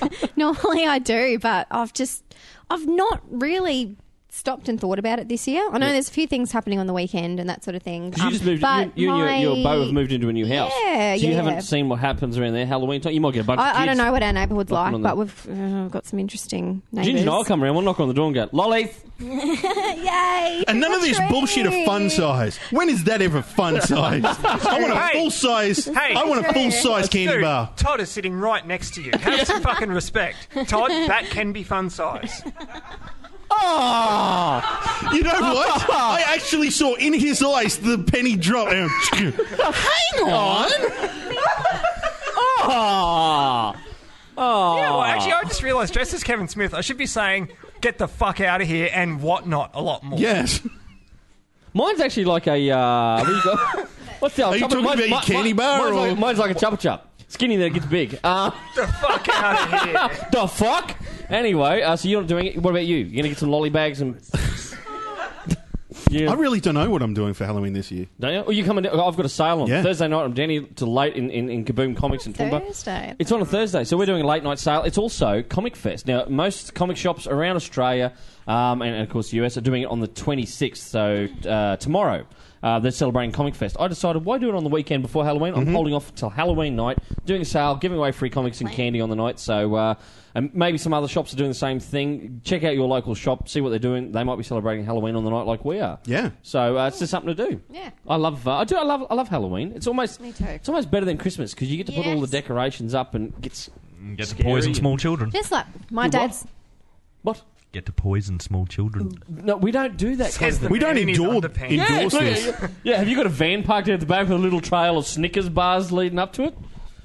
[SPEAKER 3] do. normally, I do, but I've just, I've not really stopped and thought about it this year. I know there's a few things happening on the weekend and that sort of thing.
[SPEAKER 1] 'Cause you
[SPEAKER 3] um,
[SPEAKER 1] just moved.
[SPEAKER 3] but
[SPEAKER 1] You, you and your, your beau have
[SPEAKER 3] my-
[SPEAKER 1] moved into a new house.
[SPEAKER 3] Yeah,
[SPEAKER 1] so you
[SPEAKER 3] yeah,
[SPEAKER 1] haven't
[SPEAKER 3] yeah.
[SPEAKER 1] seen what happens around there Halloween time. You might get a bunch of kids.
[SPEAKER 3] I, I don't know what our neighbourhood's
[SPEAKER 1] Knocking on
[SPEAKER 3] like,
[SPEAKER 1] the-
[SPEAKER 3] but we've uh, got some interesting neighbours.
[SPEAKER 1] Ginger and I'll come around. We'll knock on the door and go, Lolly.
[SPEAKER 3] Yay!
[SPEAKER 2] And none of this
[SPEAKER 3] trick-or-treating.
[SPEAKER 2] bullshit of fun size. When is that ever fun size? I want a
[SPEAKER 4] Hey.
[SPEAKER 2] full size.
[SPEAKER 4] Hey.
[SPEAKER 2] I want a full size candy
[SPEAKER 4] Dude,
[SPEAKER 2] bar.
[SPEAKER 4] Todd is sitting right next to you. Have some fucking respect, Todd. That can be fun size.
[SPEAKER 1] Oh!
[SPEAKER 2] You know what? I actually saw in his eyes the penny drop. Um,
[SPEAKER 1] Hang on! oh!
[SPEAKER 4] Yeah, well, actually, I just realised, dressed as Kevin Smith, I should be saying, get the fuck out of here and whatnot a lot more.
[SPEAKER 2] yes.
[SPEAKER 1] Mine's actually like a. Uh, what do you got? What's the? Are
[SPEAKER 2] you talking about your candy bar
[SPEAKER 1] Mine's,
[SPEAKER 2] or-
[SPEAKER 1] like, mine's like a chubba chup. Skinny that gets big. Uh,
[SPEAKER 4] The fuck out of here.
[SPEAKER 1] the fuck? Anyway, uh, so you're not doing it. What about you? You're gonna get some lolly bags and.
[SPEAKER 2] I
[SPEAKER 1] Yeah.
[SPEAKER 2] really don't know what I'm doing for Halloween this year.
[SPEAKER 1] Don't you? Or you coming? Down, I've got a sale on
[SPEAKER 2] Yeah.
[SPEAKER 1] Thursday night. I'm down here till late in, in, in Kaboom Comics in Toowoomba.
[SPEAKER 3] Thursday.
[SPEAKER 1] It's on a Thursday, so we're doing a late night sale. It's also Comic Fest. Now, most comic shops around Australia um, and, and, of course, the US are doing it on the 26th, so uh, tomorrow. Uh, they're celebrating Comic Fest. I decided, why do it on the weekend before Halloween? I'm holding off till Halloween night, doing a sale, giving away free comics and candy on the night. So, uh, and maybe some other shops are doing the same thing. Check out your local shop, see what they're doing. They might be celebrating Halloween on the night like we are.
[SPEAKER 2] Yeah.
[SPEAKER 1] So uh, it's just something to do.
[SPEAKER 3] Yeah.
[SPEAKER 1] I love. Uh, I do. I love. I love Halloween. It's almost.
[SPEAKER 3] Me too.
[SPEAKER 1] It's almost better than Christmas because you get to put all the
[SPEAKER 3] Yes.
[SPEAKER 1] decorations up and gets
[SPEAKER 5] Get to poison small children.
[SPEAKER 3] Just like my
[SPEAKER 1] You what?
[SPEAKER 3] dad's.
[SPEAKER 1] what?
[SPEAKER 5] Get to poison small children.
[SPEAKER 1] No, we don't do that. Kind of
[SPEAKER 4] Says the
[SPEAKER 1] thing.
[SPEAKER 2] We don't
[SPEAKER 4] man in his
[SPEAKER 2] endure-
[SPEAKER 4] underpants.
[SPEAKER 2] endure-
[SPEAKER 1] yeah,
[SPEAKER 2] endorse
[SPEAKER 1] look,
[SPEAKER 2] this.
[SPEAKER 1] yeah, yeah. Have you got a van parked out at the back with a little trail of Snickers bars leading up to it?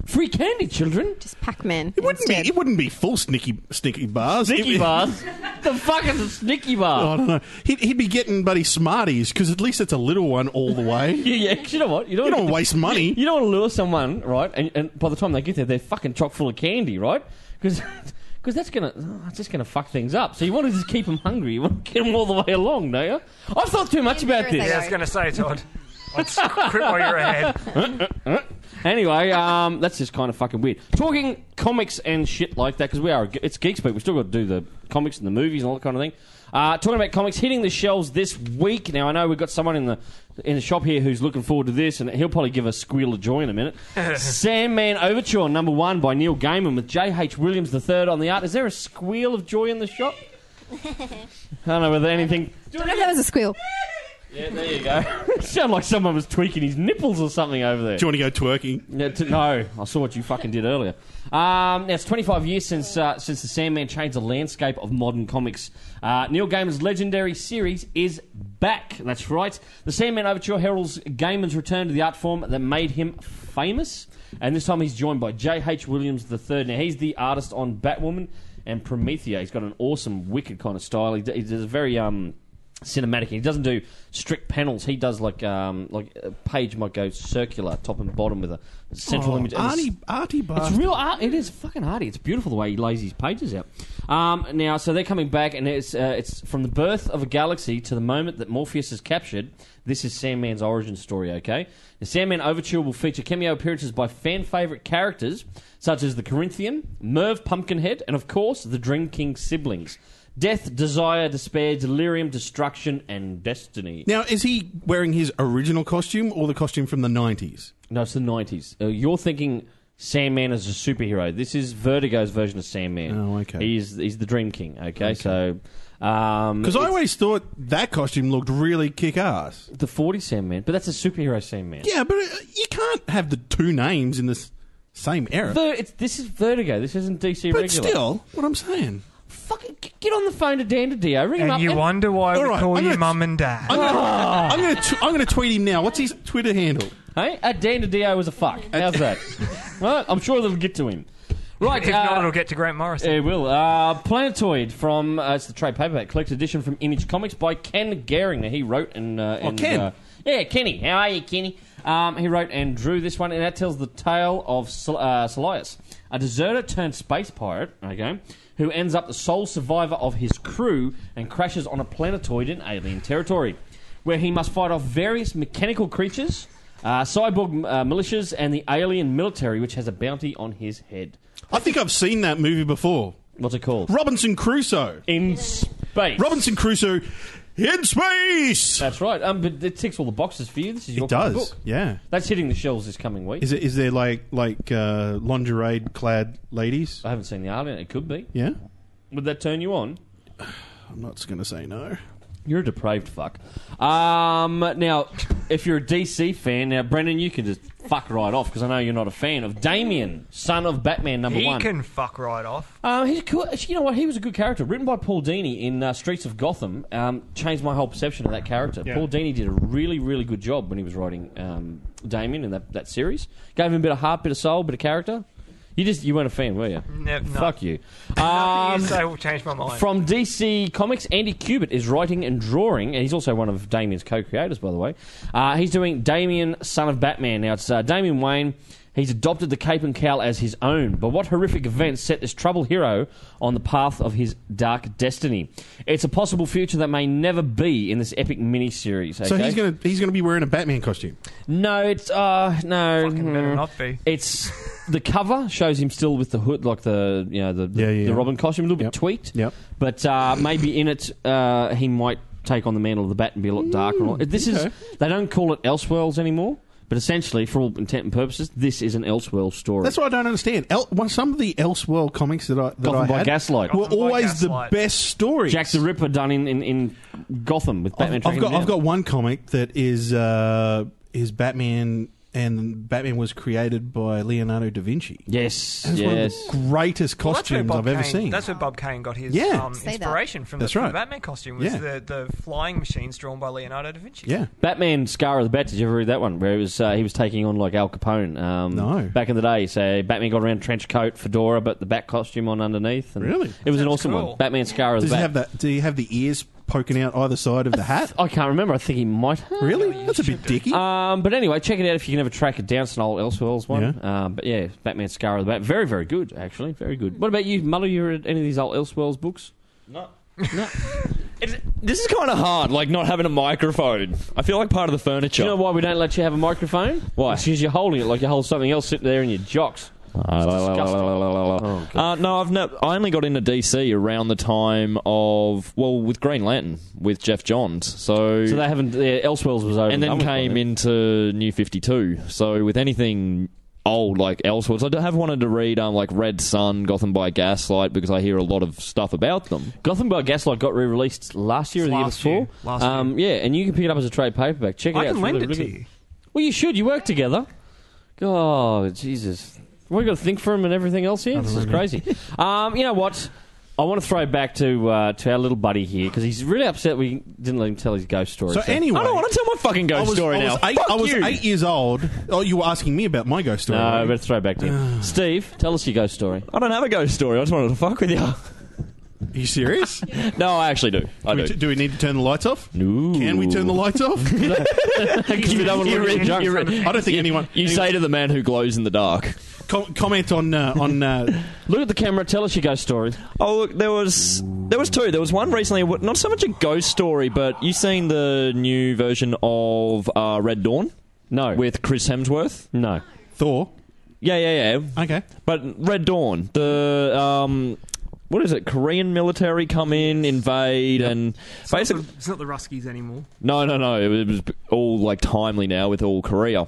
[SPEAKER 1] Free candy, children.
[SPEAKER 3] Just Pac-Man.
[SPEAKER 2] It wouldn't be. It wouldn't be full snicky snicky bars.
[SPEAKER 1] Snicky
[SPEAKER 2] It-
[SPEAKER 1] bars. the fuck is a Snicky
[SPEAKER 2] I
[SPEAKER 1] bar?
[SPEAKER 2] don't know. He'd, he'd be getting buddy Smarties because at least it's a little one all the way.
[SPEAKER 1] Yeah, yeah. 'cause You know what? You don't.
[SPEAKER 2] You don't
[SPEAKER 1] wanna-
[SPEAKER 2] waste money.
[SPEAKER 1] You don't want to lure someone, right? And, and by the time they get there, they're fucking chock full of candy, right? Because that's gonna oh, it's just gonna fuck things up. So you want to just keep them hungry. You want to get them all the way along, don't you? I've thought too much about
[SPEAKER 3] Neither is
[SPEAKER 1] this.
[SPEAKER 4] I was going to say, Todd. Let's quit while you're ahead.
[SPEAKER 1] Anyway, um, that's just kind of fucking weird. Talking comics and shit like that because we are it's geek speak. We still got to do the comics and the movies and all that kind of thing. Uh, talking about comics hitting the shelves this week. Now I know we've got someone in the in the shop here who's looking forward to this, and he'll probably give a squeal of joy in a minute. Sandman Overture number one by Neil Gaiman with J. H. Williams III on the art. Is there a squeal of joy in the shop? I don't know whether anything.
[SPEAKER 3] don't know if that was a squeal.
[SPEAKER 1] Yeah, there you go. Sound like someone was tweaking his nipples or something over there.
[SPEAKER 2] Do you want to go twerking?
[SPEAKER 1] No, t- no, I saw what you fucking did earlier. Um, now it's 25 years since uh, since the Sandman changed the landscape of modern comics. Uh, Neil Gaiman's legendary series is back. That's right. The Sandman Overture heralds Gaiman's return to the art form that made him famous, and this time he's joined by J.H. Williams III. Now he's the artist on Batwoman and Promethea. He's got an awesome, wicked kind of style. He, d- he does a very um, cinematic. He doesn't do strict panels. He does like um, like a page might go circular, top and bottom with a central image. and it's-
[SPEAKER 2] Oh, Artie, Artie
[SPEAKER 1] it's
[SPEAKER 2] Bastard.
[SPEAKER 1] real art. It is fucking arty. It's beautiful the way he lays his pages out. Um, now, so they're coming back, and it's uh, it's from the birth of a galaxy to the moment that Morpheus is captured. This is Sandman's origin story. Okay, the Sandman Overture will feature cameo appearances by fan favorite characters such as the Corinthian, Merv Pumpkinhead, and of course the Drinking siblings. Death, desire, despair, delirium, destruction, and destiny.
[SPEAKER 2] Now, is he wearing his original costume or the costume from the 90s?
[SPEAKER 1] No, it's the nineties. Uh, you're thinking Sandman is a superhero. This is Vertigo's version of Sandman.
[SPEAKER 2] Oh, okay.
[SPEAKER 1] He's he's the Dream King. Okay, so um,
[SPEAKER 2] Because I always thought that costume looked really kick ass.
[SPEAKER 1] the forty Sandman, but that's a superhero Sandman.
[SPEAKER 2] Yeah, but uh, you can't have the two names in the s- same era.
[SPEAKER 1] Ver- it's, this is Vertigo. This isn't DC
[SPEAKER 2] but
[SPEAKER 1] regular.
[SPEAKER 2] still, what I'm saying.
[SPEAKER 1] fucking g- get on the phone to Dan DiDio. Ring him up.
[SPEAKER 4] And you wonder why
[SPEAKER 2] All
[SPEAKER 4] we
[SPEAKER 2] right,
[SPEAKER 4] call
[SPEAKER 2] I'm
[SPEAKER 4] you
[SPEAKER 2] gonna-
[SPEAKER 4] mum and dad.
[SPEAKER 2] I'm gonna,
[SPEAKER 1] Ah.
[SPEAKER 2] I'm gonna, t- I'm gonna tweet him now. What's his Twitter handle?
[SPEAKER 1] Hey, uh, Dan DiDio is a fuck. How's that? well, I'm sure that'll get to him. Right.
[SPEAKER 4] if
[SPEAKER 1] uh,
[SPEAKER 4] not, it'll get to Grant Morrison.
[SPEAKER 1] It will. Uh, Planetoid from uh, it's the trade paperback collected edition from Image Comics by Ken Gehring. Now, He wrote and, uh, and
[SPEAKER 2] Ken.
[SPEAKER 1] uh, yeah, Kenny. How are you, Kenny? Um, he wrote and drew this one, and that tells the tale of Sol- uh, Solius, a deserter turned space pirate. Okay. Who ends up the sole survivor of his crew and crashes on a planetoid in alien territory, where he must fight off various mechanical creatures, uh, cyborg uh, militias, and the alien military, which has a bounty on his head.
[SPEAKER 2] I think I've seen that movie before.
[SPEAKER 1] What's it called?
[SPEAKER 2] Robinson Crusoe.
[SPEAKER 1] in space.
[SPEAKER 2] Robinson Crusoe in space.
[SPEAKER 1] That's right. Um, but it ticks all the boxes for you. This is your
[SPEAKER 2] It does.
[SPEAKER 1] book.
[SPEAKER 2] Yeah.
[SPEAKER 1] That's hitting the shelves this coming week.
[SPEAKER 2] Is it? Is there like like uh, lingerie clad ladies?
[SPEAKER 1] I haven't seen the art in it. It could be.
[SPEAKER 2] Yeah.
[SPEAKER 1] Would that turn you on?
[SPEAKER 2] I'm not going to say no.
[SPEAKER 1] You're a depraved fuck. Um, now, if you're a DC fan, now Brendan, you can just fuck right off because I know you're not a fan of Damien, son of Batman number
[SPEAKER 4] he
[SPEAKER 1] one.
[SPEAKER 4] can fuck right off.
[SPEAKER 1] Um, he's cool. actually, You know what? He was a good character. Written by Paul Dini in uh, Streets of Gotham, um, changed my whole perception of that character. Paul Dini did a really, really good job when he was writing um, Damien in that, that series. Gave him a bit of heart, bit of soul, bit of character. You just you weren't a fan, were you?
[SPEAKER 4] No, no.
[SPEAKER 1] Fuck you.
[SPEAKER 4] Nothing
[SPEAKER 1] Um,
[SPEAKER 4] you say will change my mind.
[SPEAKER 1] from DC Comics, Andy Kubert is writing and drawing, and he's also one of Damien's co-creators, by the way. Uh, he's doing Damien, Son of Batman. Now it's uh, Damien Wayne. He's adopted the cape and cowl as his own, but what horrific events set this troubled hero on the path of his dark destiny? It's a possible future that may never be in this epic miniseries. Okay?
[SPEAKER 2] So he's going to he's going to be wearing a Batman costume.
[SPEAKER 1] No, it's uh no.
[SPEAKER 4] Fucking better
[SPEAKER 1] mm.
[SPEAKER 4] not be.
[SPEAKER 1] It's the cover shows him still with the hood, like the you know the the,
[SPEAKER 2] Yeah, yeah.
[SPEAKER 1] the Robin costume, a little
[SPEAKER 2] Yep.
[SPEAKER 1] bit tweaked.
[SPEAKER 2] Yep.
[SPEAKER 1] But uh, maybe in it, uh, he might take on the mantle of the bat and be a lot darker. and all- this
[SPEAKER 2] Mm, okay.
[SPEAKER 1] is they don't call it Elseworlds anymore. But essentially, for all intent and purposes, this is an Elseworlds story.
[SPEAKER 2] That's what I don't understand. El- well, some of the Elseworld comics that I that
[SPEAKER 1] Gotham
[SPEAKER 2] I
[SPEAKER 1] by
[SPEAKER 2] had
[SPEAKER 1] Gaslight.
[SPEAKER 2] were
[SPEAKER 4] Gotham by
[SPEAKER 2] always
[SPEAKER 4] Gaslight.
[SPEAKER 2] the best stories.
[SPEAKER 1] Jack the Ripper done in, in, in Gotham with Batman.
[SPEAKER 2] I've, I've
[SPEAKER 1] tracking
[SPEAKER 2] got
[SPEAKER 1] him
[SPEAKER 2] I've
[SPEAKER 1] down.
[SPEAKER 2] got one comic that is uh, is Batman and Batman was created by Leonardo da Vinci.
[SPEAKER 1] yes,
[SPEAKER 2] That's one of
[SPEAKER 1] yes.
[SPEAKER 2] the greatest
[SPEAKER 4] Well, that's where
[SPEAKER 2] costumes
[SPEAKER 4] Bob
[SPEAKER 2] I've ever
[SPEAKER 4] Kane-
[SPEAKER 2] seen.
[SPEAKER 4] That's where Bob Kane got his
[SPEAKER 2] Yeah.
[SPEAKER 4] um,
[SPEAKER 3] Say that.
[SPEAKER 4] inspiration from the,
[SPEAKER 2] That's
[SPEAKER 4] from the
[SPEAKER 2] right.
[SPEAKER 4] Batman costume was
[SPEAKER 2] Yeah.
[SPEAKER 4] the, the flying machines drawn by Leonardo da Vinci.
[SPEAKER 2] yeah.
[SPEAKER 1] Batman Scar of the Bat. Did you ever read that one? Where it was uh, he was taking on like Al Capone. Um,
[SPEAKER 2] No.
[SPEAKER 1] Back in the day, so Batman got around trench coat, fedora, but the bat costume on underneath. And
[SPEAKER 2] Really?
[SPEAKER 1] It was an
[SPEAKER 4] Sounds
[SPEAKER 1] awesome
[SPEAKER 4] cool.
[SPEAKER 1] one. Batman Scar of
[SPEAKER 2] Does
[SPEAKER 1] the
[SPEAKER 2] he
[SPEAKER 1] Bat.
[SPEAKER 2] have that? Do you have the ears poking out either side of the hat?
[SPEAKER 1] I can't remember. I think he might have.
[SPEAKER 2] Really? That's a bit dicky.
[SPEAKER 1] Um, but anyway, check it out if you can ever track it down. It's an old Elseworlds one.
[SPEAKER 2] Yeah.
[SPEAKER 1] Um, but yeah, Batman Scar of the Bat. Very, very good, actually. Very good. What about you, Muller? You read any of these old Elseworlds books?
[SPEAKER 5] No.
[SPEAKER 1] No.
[SPEAKER 6] It's, this is kind of hard, like not having a microphone. I feel like part of the furniture.
[SPEAKER 1] Do you know why we don't let you have a microphone?
[SPEAKER 6] Why?
[SPEAKER 1] It's because you're holding it like you hold something else sitting there in your jocks.
[SPEAKER 6] Ah,
[SPEAKER 1] Oh, God.
[SPEAKER 6] Uh, no, I've never. I only got into DC around the time of well, with Green Lantern with Jeff Johns. So,
[SPEAKER 1] So they haven't. Yeah, Elseworlds was over.
[SPEAKER 6] and then
[SPEAKER 1] done with by
[SPEAKER 6] came into New Fifty Two. So with anything old like Elseworlds. I do- have wanted to read um like Red Sun, Gotham by Gaslight because I hear a lot of stuff about them.
[SPEAKER 1] Gotham by Gaslight got re-released last year or the year
[SPEAKER 4] Last
[SPEAKER 1] before.
[SPEAKER 4] year. Last year.
[SPEAKER 1] Um, yeah, and you can pick it up as a trade paperback. Check it
[SPEAKER 4] I
[SPEAKER 1] out.
[SPEAKER 4] can
[SPEAKER 1] It's
[SPEAKER 4] lend
[SPEAKER 1] really,
[SPEAKER 4] it to
[SPEAKER 1] really-
[SPEAKER 4] you.
[SPEAKER 1] Well, you should. You work together. God, Jesus. We got to think for him and everything else here. This is crazy. um, you know what? I want to throw it back to uh, to our little buddy here because he's really upset we didn't let him tell his ghost story.
[SPEAKER 2] So anyway-
[SPEAKER 1] I don't want to tell my fucking
[SPEAKER 2] I
[SPEAKER 1] ghost
[SPEAKER 2] was,
[SPEAKER 1] story
[SPEAKER 2] I was
[SPEAKER 1] now.
[SPEAKER 2] Eight,
[SPEAKER 1] Fuck
[SPEAKER 2] I was
[SPEAKER 1] you.
[SPEAKER 2] eight years old. Oh, you were asking me about my ghost story.
[SPEAKER 1] No, I
[SPEAKER 2] right?
[SPEAKER 1] better throw it back to him. Steve, tell us your ghost story.
[SPEAKER 6] Uh. I don't have a ghost story. I just wanted to fuck with you.
[SPEAKER 2] Are you serious? do,
[SPEAKER 6] no, I actually do. I
[SPEAKER 2] we
[SPEAKER 6] do.
[SPEAKER 2] do we need to turn the lights off?
[SPEAKER 6] No.
[SPEAKER 2] Can we turn the lights off?
[SPEAKER 1] you don't want to
[SPEAKER 4] you're
[SPEAKER 1] look at
[SPEAKER 4] in-
[SPEAKER 1] your junk.
[SPEAKER 4] you're
[SPEAKER 2] I don't think anyone.
[SPEAKER 6] You
[SPEAKER 2] anyone-
[SPEAKER 6] say to the man who glows in the dark.
[SPEAKER 2] com- comment on uh, on. Uh,
[SPEAKER 1] Look at the camera. Tell us your ghost story.
[SPEAKER 6] Oh look, there was there was two. There was one recently, w- not so much a ghost story, but you seen the new version of uh, Red Dawn
[SPEAKER 1] No.
[SPEAKER 6] with Chris Hemsworth?
[SPEAKER 1] no.
[SPEAKER 2] Thor.
[SPEAKER 6] Yeah, yeah, yeah.
[SPEAKER 2] Okay.
[SPEAKER 6] But Red Dawn, the um, what is it? Korean military come in, invade, and basically
[SPEAKER 4] It's not the- it's not the Ruskies anymore.
[SPEAKER 6] No, no, no. It was, it was all like timely now with all Korea.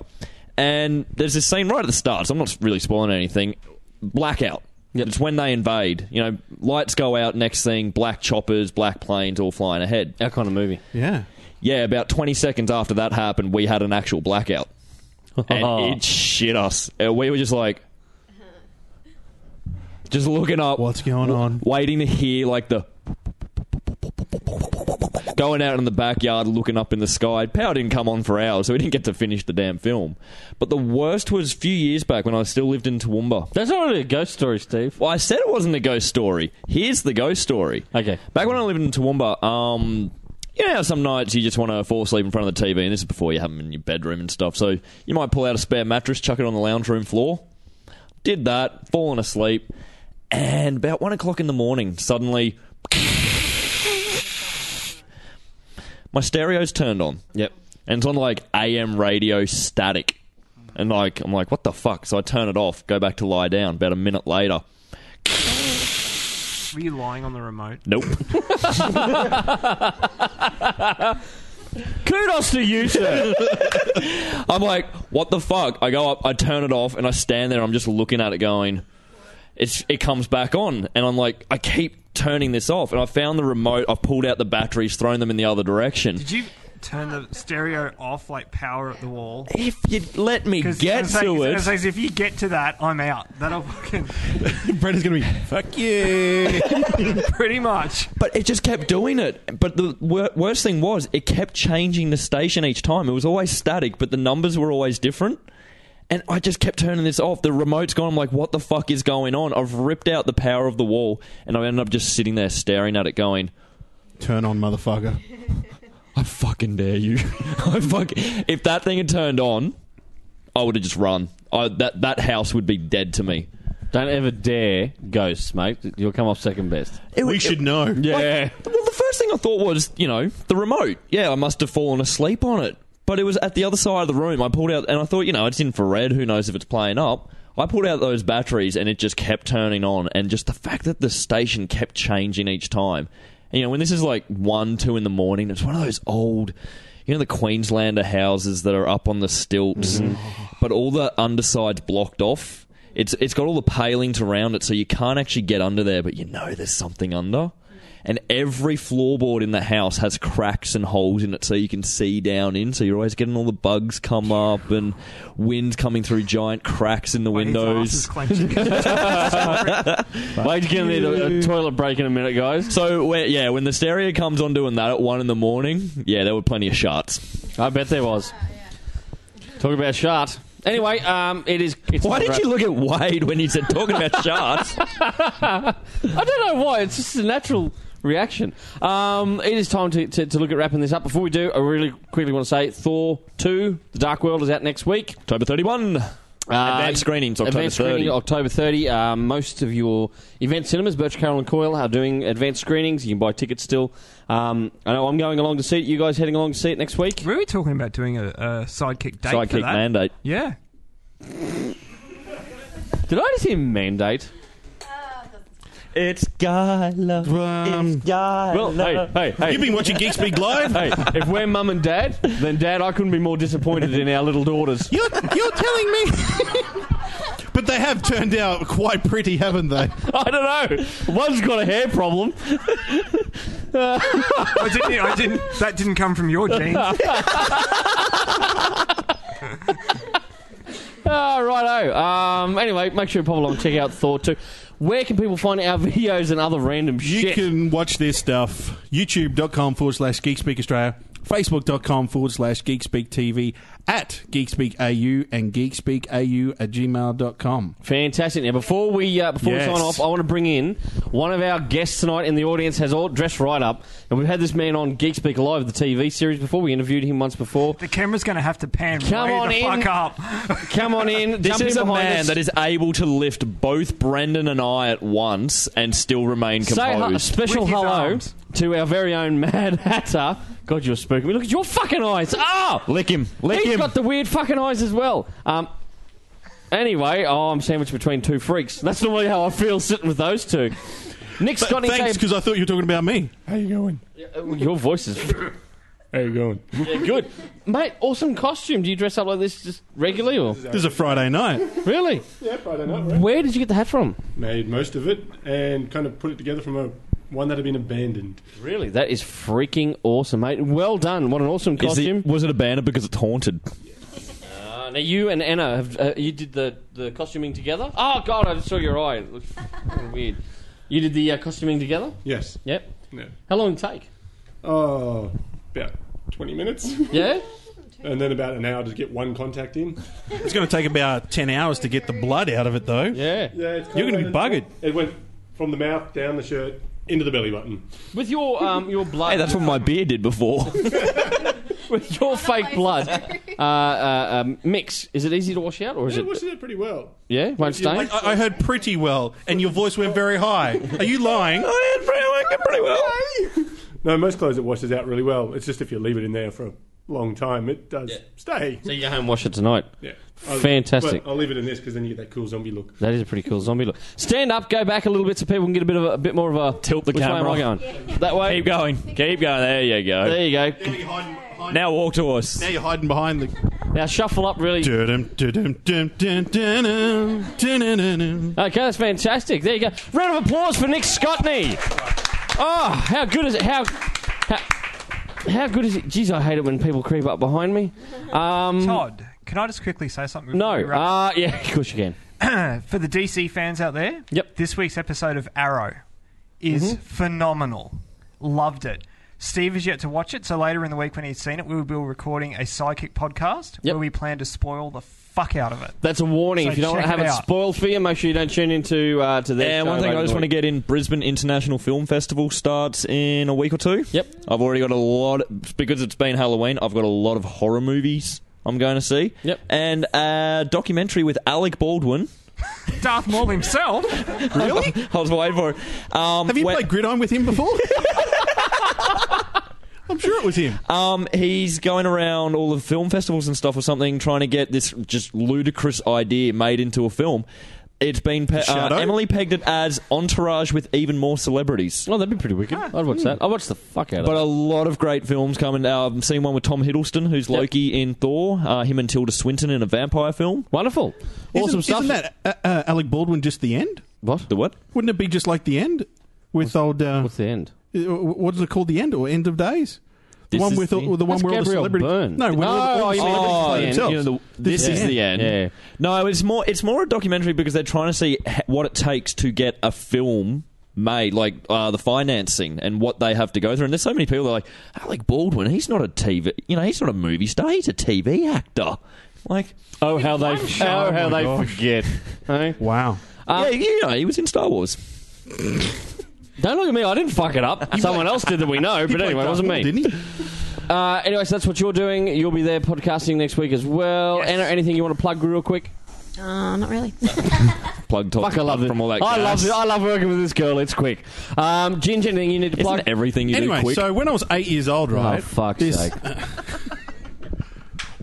[SPEAKER 6] And there's this scene right at the start, so I'm not really spoiling anything. Blackout. It's when they invade. You know, lights go out, next thing, black choppers, black planes all flying ahead.
[SPEAKER 1] Our kind of movie.
[SPEAKER 2] Yeah.
[SPEAKER 6] Yeah, about 20 seconds after that happened, we had an actual blackout. And it shit us. Uh, We were just like. Just looking up.
[SPEAKER 2] What's going on?
[SPEAKER 6] Waiting to hear, like, the. Going out in the backyard, looking up in the sky. Power didn't come on for hours, so we didn't get to finish the damn film. But the worst was a few years back when I still lived in Toowoomba.
[SPEAKER 1] That's not really a ghost story, Steve.
[SPEAKER 6] Well, I said it wasn't a ghost story. Here's the ghost story.
[SPEAKER 1] Okay.
[SPEAKER 6] Back when I lived in Toowoomba, um, you know how some nights you just want to fall asleep in front of the TV, and this is before you have them in your bedroom and stuff. So you might pull out a spare mattress, chuck it on the lounge room floor. Did that, fallen asleep, and about one o'clock in the morning, suddenly. My stereo's turned on.
[SPEAKER 1] Yep.
[SPEAKER 6] And it's on like AM radio static. And like I'm like, what the fuck? So I turn it off, go back to lie down. About a minute later,
[SPEAKER 4] Were you lying on the remote?
[SPEAKER 6] nope.
[SPEAKER 1] Kudos to you, sir.
[SPEAKER 6] I'm like, what the fuck? I go up, I turn it off, and I stand there. I'm just looking at it, going, it's it comes back on, and I'm like, I keep turning this off, and I found the remote. I've pulled out the batteries, thrown them in the other direction.
[SPEAKER 4] Did you turn the stereo off, like power at the wall?
[SPEAKER 6] If you let me
[SPEAKER 4] 'Cause
[SPEAKER 6] get
[SPEAKER 4] it's like-
[SPEAKER 6] to
[SPEAKER 4] it's
[SPEAKER 6] it,
[SPEAKER 4] like, if you get to that, I'm out. That'll fucking
[SPEAKER 2] Brett is going to be fuck you.
[SPEAKER 4] pretty much.
[SPEAKER 6] But it just kept doing it. But the wor- worst thing was, it kept changing the station each time. It was always static, but the numbers were always different. And I just kept turning this off. The remote's gone. I'm like, what the fuck is going on? I've ripped out the power of the wall, and I ended up just sitting there staring at it, going,
[SPEAKER 2] Turn on, motherfucker.
[SPEAKER 6] I fucking dare you. I "Oh, fuck. If that thing had turned on, I would have just run. I, that that house would be dead to me.
[SPEAKER 1] Don't ever dare ghosts, mate. You'll come off second best.
[SPEAKER 6] It
[SPEAKER 2] We
[SPEAKER 6] would-
[SPEAKER 2] should know.
[SPEAKER 1] Yeah.
[SPEAKER 6] Well, the first thing I thought was, you know, the remote. Yeah, I must have fallen asleep on it. But it was at the other side of the room. I pulled out, and I thought, you know, it's infrared. Who knows if it's playing up? I pulled out those batteries, and it just kept turning on. And just the fact that the station kept changing each time. And, you know, when this is like one, two in the morning, it's one of those old, you know, the Queenslander houses that are up on the stilts,
[SPEAKER 1] Mm-hmm.
[SPEAKER 6] but all the undersides blocked off. It's it's got all the palings around it, so you can't actually get under there. But you know, there's something under and every floorboard in the house has cracks and holes in it so you can see down in so you're always getting all the bugs come up and wind coming through giant cracks in the
[SPEAKER 4] Wait, his arse is
[SPEAKER 6] windows
[SPEAKER 4] clenching.
[SPEAKER 1] Wait, you're going to need a, a toilet break in a minute, guys.
[SPEAKER 6] so where, yeah when the stereo comes on doing that at one in the morning yeah there were plenty of shots
[SPEAKER 1] I bet there was. Talk about shart. Anyway, um, it is. It's
[SPEAKER 6] why did you look at wade when you said talking about shots
[SPEAKER 1] I don't know why. It's just a natural reaction. Um, it is time to, to, to look at wrapping this up. Before we do, I really quickly want to say Thor 2, The Dark World, is out next week. Uh,
[SPEAKER 6] october 31 advanced screenings october
[SPEAKER 1] advanced
[SPEAKER 6] 30
[SPEAKER 1] screening October 30. Uh, most of your event cinemas, Birch Carroll and Coyle, are doing advanced screenings. You can buy tickets still. Um, I know I'm going along to see it. You guys heading along to see it next week?
[SPEAKER 4] Were we talking about doing a, a sidekick date? for that?
[SPEAKER 6] sidekick mandate
[SPEAKER 4] Yeah.
[SPEAKER 1] Did I just hear mandate?
[SPEAKER 6] it's guy love
[SPEAKER 2] Um,
[SPEAKER 6] guy
[SPEAKER 1] Well, hey, hey, hey.
[SPEAKER 2] you've been watching Geek Speak Live.
[SPEAKER 1] hey, if we're mum and dad, then dad, I couldn't be more disappointed in our little daughters.
[SPEAKER 2] You're, you're telling me But they have turned out quite pretty, haven't they?
[SPEAKER 1] I don't know. One's got a hair problem.
[SPEAKER 4] I didn't, I didn't, that didn't come from your genes.
[SPEAKER 1] Ah, righto. Um, anyway, make sure you pop along, check out Thor 2. Where can people find our videos and other random
[SPEAKER 2] You
[SPEAKER 1] shit?
[SPEAKER 2] can watch this stuff. YouTube.com forward slash Geekspeak Australia. Facebook.com forward slash Geekspeak TV. At Geekspeak AU and GeekspeakAU at gmail.com.
[SPEAKER 1] Fantastic. Now, before we uh, before
[SPEAKER 2] Yes.
[SPEAKER 1] we sign off, I want to bring in one of our guests tonight in the audience has all dressed right up, and we've had this man on Geek Speak Live, the TV series, before. We interviewed him once before.
[SPEAKER 4] The camera's going to have to pan
[SPEAKER 1] Come
[SPEAKER 4] way
[SPEAKER 1] on
[SPEAKER 4] the
[SPEAKER 1] in.
[SPEAKER 4] fuck up.
[SPEAKER 1] Come on in.
[SPEAKER 6] This
[SPEAKER 1] jump in
[SPEAKER 6] is a
[SPEAKER 1] behind
[SPEAKER 6] man
[SPEAKER 1] us.
[SPEAKER 6] that is able to lift both Brendan and I at once and still remain
[SPEAKER 1] Say hi- a
[SPEAKER 6] composed.
[SPEAKER 1] special
[SPEAKER 4] With his
[SPEAKER 1] hello
[SPEAKER 4] arms.
[SPEAKER 1] to our very own Mad Hatter. God, you're spooking me. Look at your fucking eyes. Ah!
[SPEAKER 6] Lick him.
[SPEAKER 1] He's
[SPEAKER 6] Lick him.
[SPEAKER 1] got the weird fucking eyes as well. Um, anyway, oh, I'm sandwiched between two freaks. That's normally how I feel sitting with those two. Nick's got anything.
[SPEAKER 2] Thanks, because I thought you were talking about me.
[SPEAKER 7] How you going?
[SPEAKER 1] Your voice is
[SPEAKER 7] How you going?
[SPEAKER 1] yeah, good, mate. Awesome costume. Do you dress up like this just regularly or
[SPEAKER 2] This is a Friday night.
[SPEAKER 1] really?
[SPEAKER 7] Yep, I don't know. Right?
[SPEAKER 1] Where did you get the hat from?
[SPEAKER 7] Made most of it and kind of put it together from a one that had been abandoned.
[SPEAKER 1] Really, that is freaking awesome, mate. Well done. What an awesome
[SPEAKER 6] Is
[SPEAKER 1] costume.
[SPEAKER 6] it- was it a banner because it's haunted?
[SPEAKER 1] Uh, now you and Anna have uh, you did the, the costuming together. Oh God, I saw your eye. It looks fucking weird. You did the uh, costuming together.
[SPEAKER 7] Yes.
[SPEAKER 1] Yep.
[SPEAKER 7] Yeah.
[SPEAKER 1] How long did it take?
[SPEAKER 7] Oh, about 20 minutes.
[SPEAKER 1] Yeah.
[SPEAKER 7] and then about an hour to get one contact in.
[SPEAKER 2] It's going to take about 10 hours to get the blood out of it, though.
[SPEAKER 1] Yeah.
[SPEAKER 7] Yeah, it's
[SPEAKER 2] You're gonna be buggered.
[SPEAKER 7] It went from the mouth, down the shirt, into the belly button.
[SPEAKER 1] With your um your blood.
[SPEAKER 6] Hey, that's what my beer did before.
[SPEAKER 1] with your fake blood uh, uh, um, mix. Is it easy to wash out or is
[SPEAKER 7] Yeah,
[SPEAKER 1] it?
[SPEAKER 7] it washes out pretty well.
[SPEAKER 1] yeah, won't stain.
[SPEAKER 2] I, I heard pretty well, Oh, and your voice went very high. Are you lying?
[SPEAKER 6] pretty well.
[SPEAKER 7] No, most clothes it washes out really well. It's just if you leave it in there for a long time, it does stay.
[SPEAKER 1] So you go home and wash it tonight.
[SPEAKER 7] Yeah.
[SPEAKER 1] Fantastic.
[SPEAKER 7] But I'll leave it in this because then you get that cool zombie look.
[SPEAKER 1] That is a pretty cool zombie look. Stand up, go back a little bit so people can get a bit of a, a bit more of a
[SPEAKER 6] Tilt the
[SPEAKER 1] Which
[SPEAKER 6] camera.
[SPEAKER 1] Way am I going? That way.
[SPEAKER 6] Keep going. Keep going. There you go.
[SPEAKER 1] There you go.
[SPEAKER 2] Now you're hiding behind,
[SPEAKER 6] Now walk to us.
[SPEAKER 2] now you're hiding behind the.
[SPEAKER 1] Now shuffle up really.
[SPEAKER 2] Dun-dun, dun-dun, dun-dun, dun-dun, dun-dun-dun.
[SPEAKER 1] Okay, that's fantastic. There you go. Round of applause for Nick Scottney. Oh, how good is it? How, how, how good is it? Jeez, I hate it when people creep up behind me. Um,
[SPEAKER 4] Todd, can I just quickly say something?
[SPEAKER 1] no.
[SPEAKER 4] before we wrap
[SPEAKER 1] Uh, yeah, of course you can.
[SPEAKER 4] for the DC fans out there,
[SPEAKER 1] Yep.
[SPEAKER 4] this week's episode of Arrow is phenomenal. Loved it. Steve has yet to watch it, so later in the week when he's seen it, we will be recording a psychic podcast where we plan to spoil the fuck out of it.
[SPEAKER 1] That's a warning.
[SPEAKER 4] So
[SPEAKER 1] if you don't want to
[SPEAKER 4] check
[SPEAKER 1] have
[SPEAKER 4] it
[SPEAKER 1] it
[SPEAKER 4] out.
[SPEAKER 1] spoiled for you, make sure you don't tune into uh, to their
[SPEAKER 6] And
[SPEAKER 1] show
[SPEAKER 6] one thing
[SPEAKER 1] later
[SPEAKER 6] I just
[SPEAKER 1] in
[SPEAKER 6] want
[SPEAKER 1] the
[SPEAKER 6] to get in Brisbane International Film Festival starts in a week or two.
[SPEAKER 1] Yep.
[SPEAKER 6] I've already got a lot because it's been Halloween. I've got a lot of horror movies I'm going to see.
[SPEAKER 1] Yep.
[SPEAKER 6] And a documentary with Alec Baldwin.
[SPEAKER 4] Darth Maul himself.
[SPEAKER 6] Really? I was waiting for it. Um,
[SPEAKER 2] Have you
[SPEAKER 6] where-
[SPEAKER 2] played Gridiron with him before? I'm sure it was him.
[SPEAKER 6] Um, he's going around all the film festivals and stuff or something, trying to get this just ludicrous idea made into a film. It's been pe- uh,
[SPEAKER 2] Shadow?
[SPEAKER 6] Emily pegged it as entourage with even more celebrities.
[SPEAKER 1] Oh, that'd be pretty wicked. I'd watch that. I'd watch the fuck out of
[SPEAKER 6] But
[SPEAKER 1] that.
[SPEAKER 6] a lot of great films coming. Uh, I've seen one with Tom Hiddleston, who's Loki in Thor. Uh, him and Tilda Swinton in a vampire film.
[SPEAKER 1] Wonderful. Awesome
[SPEAKER 2] isn't,
[SPEAKER 1] stuff.
[SPEAKER 2] Isn't that uh, uh, Alec Baldwin just the end?
[SPEAKER 1] what?
[SPEAKER 6] The what?
[SPEAKER 2] Wouldn't it be just like the end with old? Uh,
[SPEAKER 1] What's the end?
[SPEAKER 2] uh, what is it called? The end or end of days? The
[SPEAKER 6] This
[SPEAKER 2] one
[SPEAKER 6] is
[SPEAKER 2] with all,
[SPEAKER 6] the-
[SPEAKER 2] the one
[SPEAKER 1] That's
[SPEAKER 2] where all the
[SPEAKER 1] Gabriel
[SPEAKER 2] celebrities.
[SPEAKER 1] Byrne.
[SPEAKER 2] No, when all the-
[SPEAKER 1] Oh,
[SPEAKER 2] all
[SPEAKER 1] you
[SPEAKER 2] the
[SPEAKER 1] mean
[SPEAKER 2] celebrities
[SPEAKER 1] the
[SPEAKER 2] play
[SPEAKER 1] end,
[SPEAKER 2] themselves.
[SPEAKER 6] you know, the- this is the end.
[SPEAKER 1] Yeah.
[SPEAKER 6] No, it's more. It's more a documentary because they're trying to see h- what it takes to get a film made, like uh, the financing and what they have to go through. And there's so many people that are like Alec Baldwin. He's not a TV. You know, he's not a movie star. He's a TV actor. Like,
[SPEAKER 1] Oh, how they, oh, how they forget. Hey?
[SPEAKER 2] Wow.
[SPEAKER 6] yeah, you know, he was in Star Wars.
[SPEAKER 1] Don't look at me. I didn't fuck it up. Someone else did that we know, but anyway, it wasn't me.
[SPEAKER 2] Didn't he?
[SPEAKER 1] Uh, anyway, so that's what you're doing. You'll be there podcasting next week as well.
[SPEAKER 4] Yes.
[SPEAKER 1] Anna, anything you want to plug real quick?
[SPEAKER 3] Uh, not really.
[SPEAKER 6] Plug talk
[SPEAKER 1] Fuck, I love it.
[SPEAKER 6] from all that.
[SPEAKER 1] I
[SPEAKER 6] gas.
[SPEAKER 1] love it. I love working with this girl. It's quick. Um, Ginger, anything you need to plug?
[SPEAKER 6] Isn't everything you do
[SPEAKER 2] Anyway,
[SPEAKER 6] quick.
[SPEAKER 2] so when I was eight years old, right?
[SPEAKER 1] oh, fuck's
[SPEAKER 2] this-
[SPEAKER 1] sake.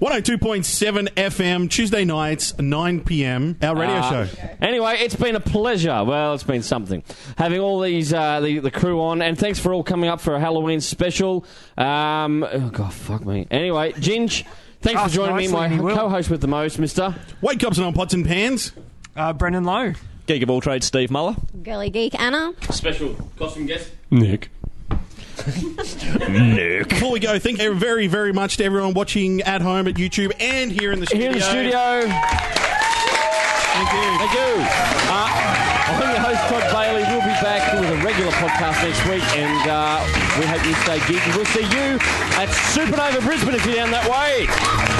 [SPEAKER 2] 102.7 FM, Tuesday nights, 9 p.m., our radio
[SPEAKER 1] Uh,
[SPEAKER 2] show.
[SPEAKER 1] Anyway, it's been a pleasure. Well, it's been something having all these uh, the, the crew on, and thanks for all coming up for a Halloween special. Um, oh God, fuck me. Anyway, Ginge, thanks
[SPEAKER 4] Ask
[SPEAKER 1] for joining me,
[SPEAKER 4] nicely
[SPEAKER 1] my
[SPEAKER 4] and he will.
[SPEAKER 1] co-host with the most, Mister.
[SPEAKER 2] Wake ups and on pots and pans.
[SPEAKER 4] Uh, Brendan Lowe.
[SPEAKER 6] Geek of all trades, Steve Muller.
[SPEAKER 3] Girly geek Anna.
[SPEAKER 1] Special costume guest.
[SPEAKER 7] Nick.
[SPEAKER 2] Before we go, thank you very, very much to everyone watching at home at YouTube and here in the studio.
[SPEAKER 1] Here in the studio.
[SPEAKER 2] Thank you.
[SPEAKER 1] Thank you. Uh, I'm your host, Todd Bailey. We'll be back with a regular podcast next week, and uh, we hope you stay geeky. We'll see you at Supernova Brisbane if you're down that way.